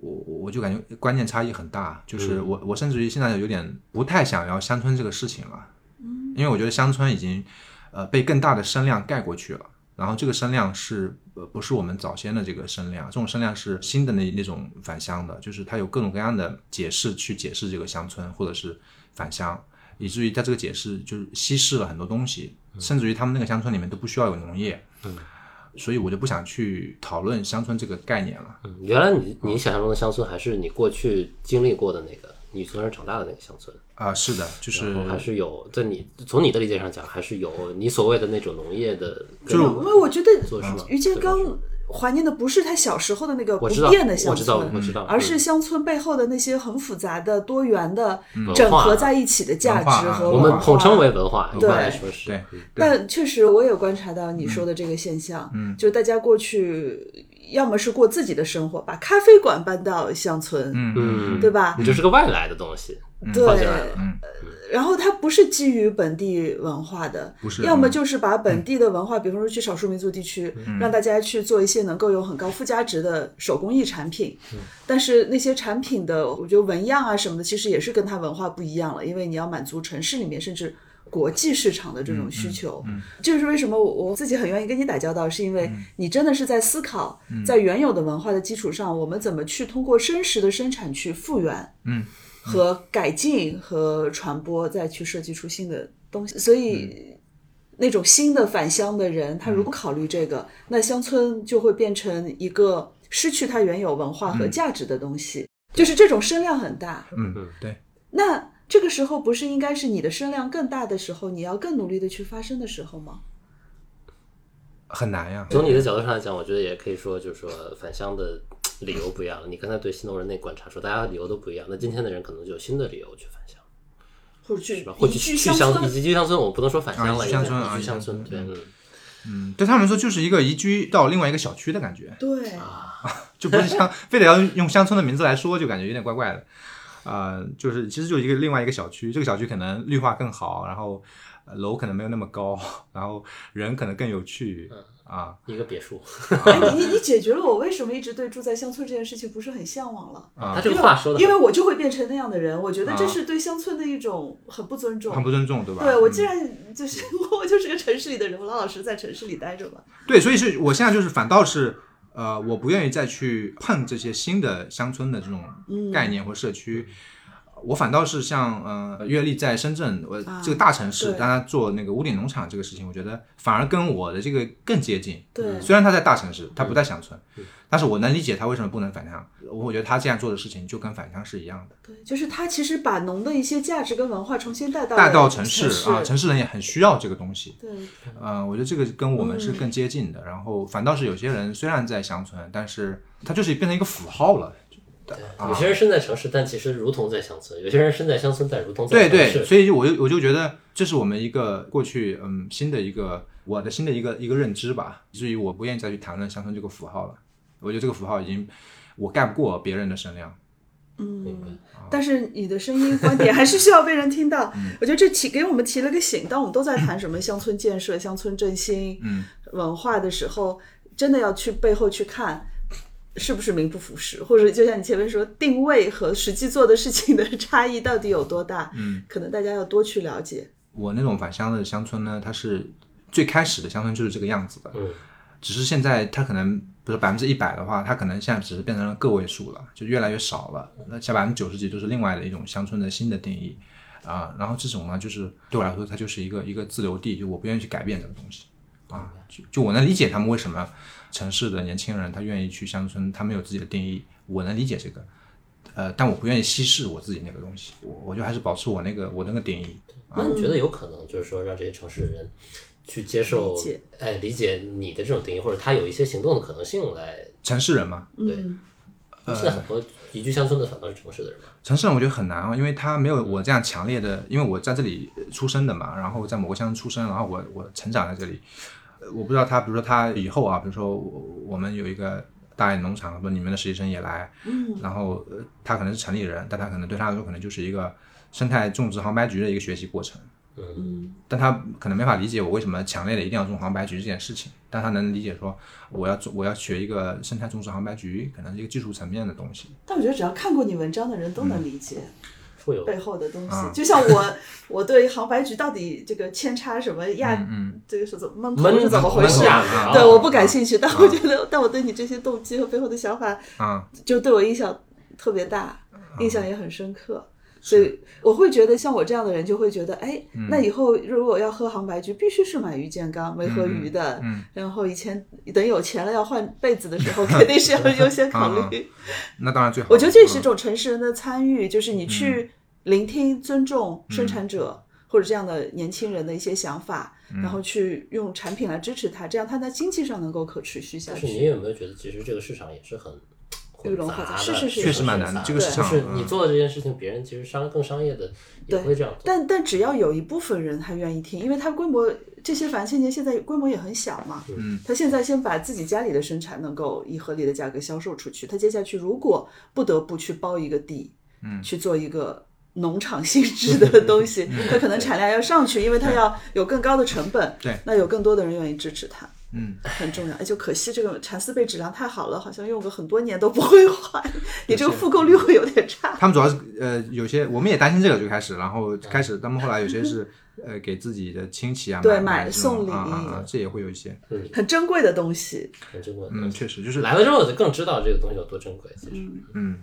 S4: 我我我就感觉观念差异很大，就是我我甚至于现在有点不太想要乡村这个事情了，因为我觉得乡村已经呃被更大的声量盖过去了。然后这个声量是呃不是我们早先的这个声量，这种声量是新的那那种返乡的，就是它有各种各样的解释去解释这个乡村或者是返乡，以至于它这个解释就是稀释了很多东西，甚至于他们那个乡村里面都不需要有农业，所以我就不想去讨论乡村这个概念了。
S2: 嗯原来你你想象中的乡村，还是你过去经历过的那个，你从小长大的那个乡村，
S4: 啊、是的，就是
S2: 还是有在你从你的理解上讲，还是有你所谓的那种农业的
S4: 就
S2: 跟
S3: 因为我觉得
S2: 做事嘛
S3: 于建刚怀念的不是他小时候的那个不
S2: 我知道，
S3: 变的乡
S2: 我知道，
S3: 村，
S2: 我知道，
S3: 而是
S2: 嗯
S3: 乡村背后的那些很复杂的、多元的、
S2: 化啊
S3: 整合在一起的价值和
S2: 我
S3: 文化。
S2: 们统称为文化，一
S3: 对
S2: 般来说是
S4: 对
S2: 嗯
S3: 但确实，我也观察到你说的这个现象，嗯，就大家过去要么是过自己的生活，把咖啡馆搬到乡村，
S4: 嗯
S2: 嗯，
S3: 对吧
S2: 你这是个外来的东西，
S3: 对，呃
S2: 放进来了
S4: 嗯
S3: 然后它不是基于本地文化的，
S4: 不是嗯
S3: 要么就是把本地的文化，比方说去少数民族地区，让大家去做一些能够有很高附加值的手工艺产品，
S4: 嗯
S3: 但是那些产品的，我觉得纹样啊什么的，其实也是跟它文化不一样了，因为你要满足城市里面甚至。国际市场的这种需求，
S4: 嗯
S3: 这就是为什么我我自己很愿意跟你打交道，是因为你真的是在思考，在原有的文化的基础上，我们怎么去通过真实的生产去复原，和改进和传播，再去设计出新的东西。所以，那种新的返乡的人，他如果考虑这个，那乡村就会变成一个失去它原有文化和价值的东西，就是这种声量很大。
S4: 嗯，对，
S3: 那这个时候不是应该是你的声量更大的时候，你要更努力的去发声的时候吗？
S4: 很难呀。
S2: 从你的角度上来讲，我觉得也可以说，就是说返乡的理由不一样了。你刚才对新农人那观察说，大家理由都不一样，那今天的人可能就有新的理由去返乡，
S3: 或者去
S2: 是吧？或者
S3: 移居
S2: 去
S3: 乡
S2: 乡，以
S3: 村？
S2: 及去乡村，我不能说返乡
S4: 啊
S2: 了，
S4: 去
S2: 应该
S4: 乡村啊
S2: 移居乡
S4: 移
S2: 村，
S4: 居
S2: 对，
S4: 乡
S2: 嗯，
S4: 嗯，对他们来说就是一个移居到另外一个小区的感觉，
S3: 对，
S4: 就不是像非得要用乡村的名字来说，就感觉有点怪怪的。呃，就是其实就一个另外一个小区，这个小区可能绿化更好，然后呃楼可能没有那么高，然后人可能更有趣啊。
S2: 一个别墅，
S3: 哎，你你你解决了我为什么一直对住在乡村这件事情不是很向往了？
S2: 他这个话说的
S3: 因为我就会变成那样的人，我觉得这
S4: 啊
S3: 是对乡村的一种很不尊重。
S4: 很不尊重，对吧？
S3: 对我
S4: 嗯
S3: 既然就是 我就是个城市里的人，我老老实实在城市里待着吧。
S4: 对，所以是我现在就是反倒是，呃，我不愿意再去碰这些新的乡村的这种概念或社区，我反倒是像呃阅历在深圳，我这个大城市，
S3: 对
S4: 大家做那个屋顶农场这个事情，我觉得反而跟我的这个更接近。
S3: 对
S4: 虽然他在大城市，他不在乡村，但是我能理解他为什么不能返乡。我我觉得他这样做的事情就跟返乡是一样的，
S3: 对，就是他其实把农的一些价值跟文化重新带到
S4: 带到
S3: 城
S4: 城市啊，城市人也很需要这个东西。
S3: 对
S4: 呃，我觉得这个跟我们是更接近的。然后反倒是有些人虽然在乡村，但是他就是变成一个符号了。
S2: 有些人身在城市，但其实如同在乡村；有些人身在乡村，但如同在
S4: 对
S2: 城
S4: 对，
S2: 市。
S4: 所以我就我就觉得这是我们一个过去嗯新的一个我的新的一个一个认知吧。至于我不愿意再去谈论乡村这个符号了，我觉得这个符号已经我盖不过别人的声量。
S2: 明白
S3: 但是你的声音观点还是需要被人听 到。
S4: 嗯
S3: 我觉得这提给我们提了个醒，当我们都在谈什么乡村建设、乡村振兴、
S4: 嗯
S3: 文化的时候，真的要去背后去看。是不是名不符实，或者就像你前面说，定位和实际做的事情的差异到底有多大？
S4: 嗯，
S3: 可能大家要多去了解。
S4: 我那种返乡的乡村呢，它是最开始的乡村就是这个样子的，
S2: 嗯，
S4: 只是现在它可能不是百分之一百的话，它可能现在只是变成了个位数了，就越来越少了。那像百分之九十几就是另外的一种乡村的新的定义啊、然后这种呢，就是对我来说，它就是一个一个自留地，就我不愿意去改变这个东西啊。就就我能理解他们为什么城市的年轻人他愿意去乡村，他们有自己的定义，我能理解这个。呃，但我不愿意稀释我自己那个东西，我我就还是保持我那个我那个定义。
S2: 那你觉得有可能就是说让这些城市人去接受
S3: 理解，
S2: 哎，理解你的这种定义，或者他有一些行动的可能性来？
S4: 城市人嘛，
S2: 对，
S3: 嗯
S4: 呃
S2: 现在很多移居乡村的反倒是城市的人嘛。
S4: 城市人我觉得很难啊，因为他没有我这样强烈的，因为我在这里出生的嘛，然后在某个乡村出生，然后我我成长在这里，呃我不知道他，比如说他以后啊，比如说我我们有一个大农场，不，你们的实习生也来，嗯，然后呃他可能是城里人，但他可能对他来说可能就是一个生态种植航拍局的一个学习过程，嗯，但他可能没法理解我为什么强烈的一定要种航拍局这件事情，但他能理解说我要做我要学一个生态种植航拍局，可能是一个技术层面的东西，
S3: 但我觉得只要看过你文章的人都能理解。
S2: 富有
S3: 背后的东西。
S4: 啊
S3: 就像我，我对杭白菊到底这个扦插什么亚，
S4: 嗯
S3: 这个是怎么闷头
S2: 闷
S3: 是怎么
S2: 头
S3: 回事？
S2: 下啊
S3: 对，我不感兴趣，但我觉得，但我对你这些动机和背后的想法，
S4: 啊、
S3: 就对我影响特别大，印象也很深刻。所以我会觉得，像我这样的人就会觉得，哎，
S4: 嗯
S3: 那以后如果要喝杭白菊，必须是买鱼健康，没喝鱼的。
S4: 嗯
S3: 然后以前等有钱了要换被子的时候， 肯定是要优先考
S4: 啊
S3: 虑。
S4: 那当然最好，
S3: 我觉得这也是
S4: 嗯
S3: 一种城市人的参与，就是
S2: 嗯
S3: 你去聆听、尊重生产者、或者这样的年轻人的一些想法，
S2: 嗯
S3: 然后去用产品来支持他，这样他在经济上能够可持续下
S2: 但是你
S3: 去。
S2: 有没有觉得，其实这个市场也是很
S3: 鱼
S2: 混
S3: 龙混
S2: 杂
S3: 杂
S2: 的，
S3: 是是是
S4: 确实蛮难的这个
S2: 就
S4: 市场
S2: 是
S4: 嗯
S2: 你做的这件事情，别人其实商更商业的也
S3: 对
S2: 会这样做。
S3: 但但只要有一部分人他愿意听，因为他规模这些反青年现在规模也很小嘛，
S4: 嗯，
S3: 他现在先把自己家里的生产能够以合理的价格销售出去，他接下去如果不得不去包一个地，
S4: 嗯
S3: 去做一个农场性质 的东西，它可能产量要上去，因为它要有更高的成本。
S4: 对
S3: 那有更多的人愿意支持它，
S4: 嗯，
S3: 很重要。哎，就可惜这个蚕丝被质量太好了，好像用个很多年都不会 坏，你这个复购率会有点差。
S4: 他们主要是呃，有些我们也担心这个就开始，然后开始他们后来有些是呃给自己的亲戚啊
S3: 对
S4: 买
S3: 买
S4: 这种
S3: 送礼
S4: 啊啊啊，这也会有一些，
S2: 嗯
S3: 很珍贵的东西，
S2: 很珍贵的东
S4: 嗯，
S2: 西，
S4: 确实就是
S2: 来了之后我就更知道这个东西有多珍贵。其实，
S4: 嗯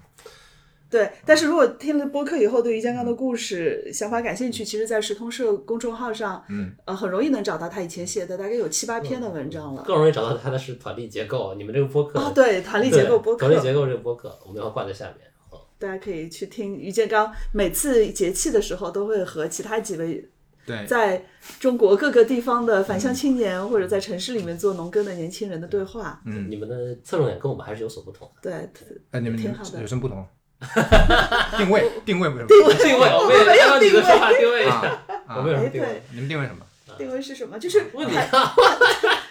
S3: 对。但是如果听了播客以后对于江刚的故事想法感兴趣，其实，在时通社公众号上，
S4: 嗯，
S3: 呃，很容易能找到他以前写的大概有七八篇的文章了。
S2: 更容易找到它的是团力结构，你们这个播客
S3: 啊，对，团力结构播客，
S2: 团力结构这个播客，我们要挂在下面。哦
S3: 大家可以去听于建刚每次节气的时候，都会和其他几位
S4: 对，
S3: 在中国各个地方的返乡青年、或者在城市里面做农耕的年轻人的对话。
S4: 嗯
S2: 你们的侧重点跟我们还是有所不 同。
S3: 对，
S4: 呃你们你
S3: 挺
S4: 们
S3: 好的
S4: 有什么不同？ 定位定位不同
S2: 定位，我们也按照你的说法定位一
S4: 啊
S2: 下，我们有什么
S3: 哎，
S2: 定位
S3: 对？，
S4: 你们定位什么？
S3: 定位是什么？就是
S2: 问你
S3: 谈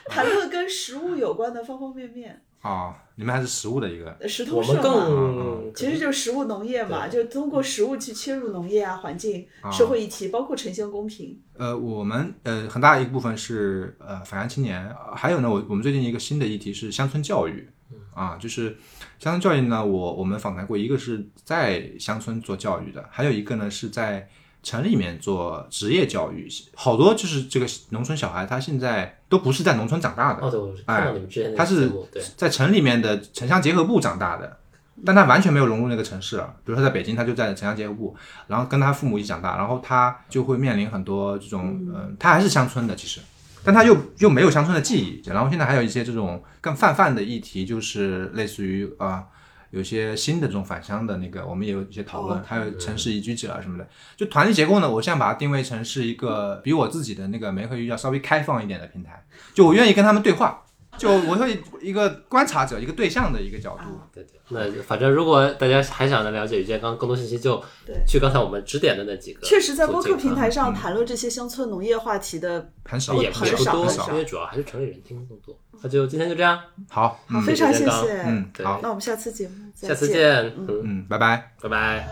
S3: 谈论跟食物有关的方方面面。
S4: 啊，你们还是食物的一个
S3: 石
S2: 我
S3: 头社
S2: 们
S3: 嘛，
S4: 嗯
S2: 更
S3: 其实就是食物农业嘛，就通过食物去切入农业啊、环境、社会议题，包括城乡公平。
S4: 呃，我们呃很大一部分是呃返乡青年，呃还有呢，我我们最近一个新的议题是乡村教育，
S2: 嗯
S4: 啊，就是乡村教育呢，我我们访谈过，一个是在乡村做教育的，还有一个呢是在城里面做职业教育，好多就是这个农村小孩他现在都不是在农村长大的，
S2: 哦，对，我看到你们之前那
S4: 哎他
S2: 个节
S4: 是
S2: 目，对，
S4: 在城里面的城乡结合部长大的，但他完全没有融入那个城市啊。比如他在北京，他就在城乡结合部，然后跟他父母一起长大，然后他就会面临很多这种，嗯、他还是乡村的其实，但他又又没有乡村的记忆。然后现在还有一些这种更泛泛的议题，就是类似于啊、有些新的这种返乡的那个，我们也有一些讨论，
S3: 哦
S4: 还有城市宜居者啊什么的。就团体结构呢，我现在把它定位成是一个比我自己的那个梅和鱼要稍微开放一点的平台，就我愿意跟他们对话，就我会一个观察者、一个对象的一个
S3: 嗯
S4: 角度。
S2: 对对，那反正如果大家还想了解于建刚更多信息，就
S3: 对
S2: 去刚才我们指点的那几个。
S3: 确实，在播客
S2: 途径
S3: 平台上谈论这些乡村农业话题的，
S4: 很少，
S2: 啊嗯也
S3: 很
S2: 也不
S3: 少
S2: 多
S3: 很少，
S2: 因为主要还是城里人听更多。那就今天就这样，
S4: 好，嗯
S3: 非常
S2: 谢谢
S3: 谢
S2: 刚
S3: 谢。
S4: 嗯，
S2: 对
S4: 好，
S3: 那我们下次节目再
S2: 下次见，嗯，
S4: 嗯，拜拜。
S2: 拜拜。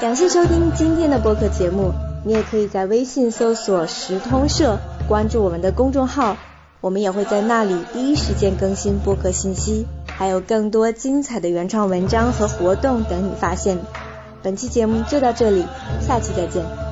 S1: 感谢收听今天的播客节目，你也可以在微信搜索“时通社”，关注我们的公众号，我们也会在那里第一时间更新播客信息，还有更多精彩的原创文章和活动等你发现。本期节目就到这里，下期再见。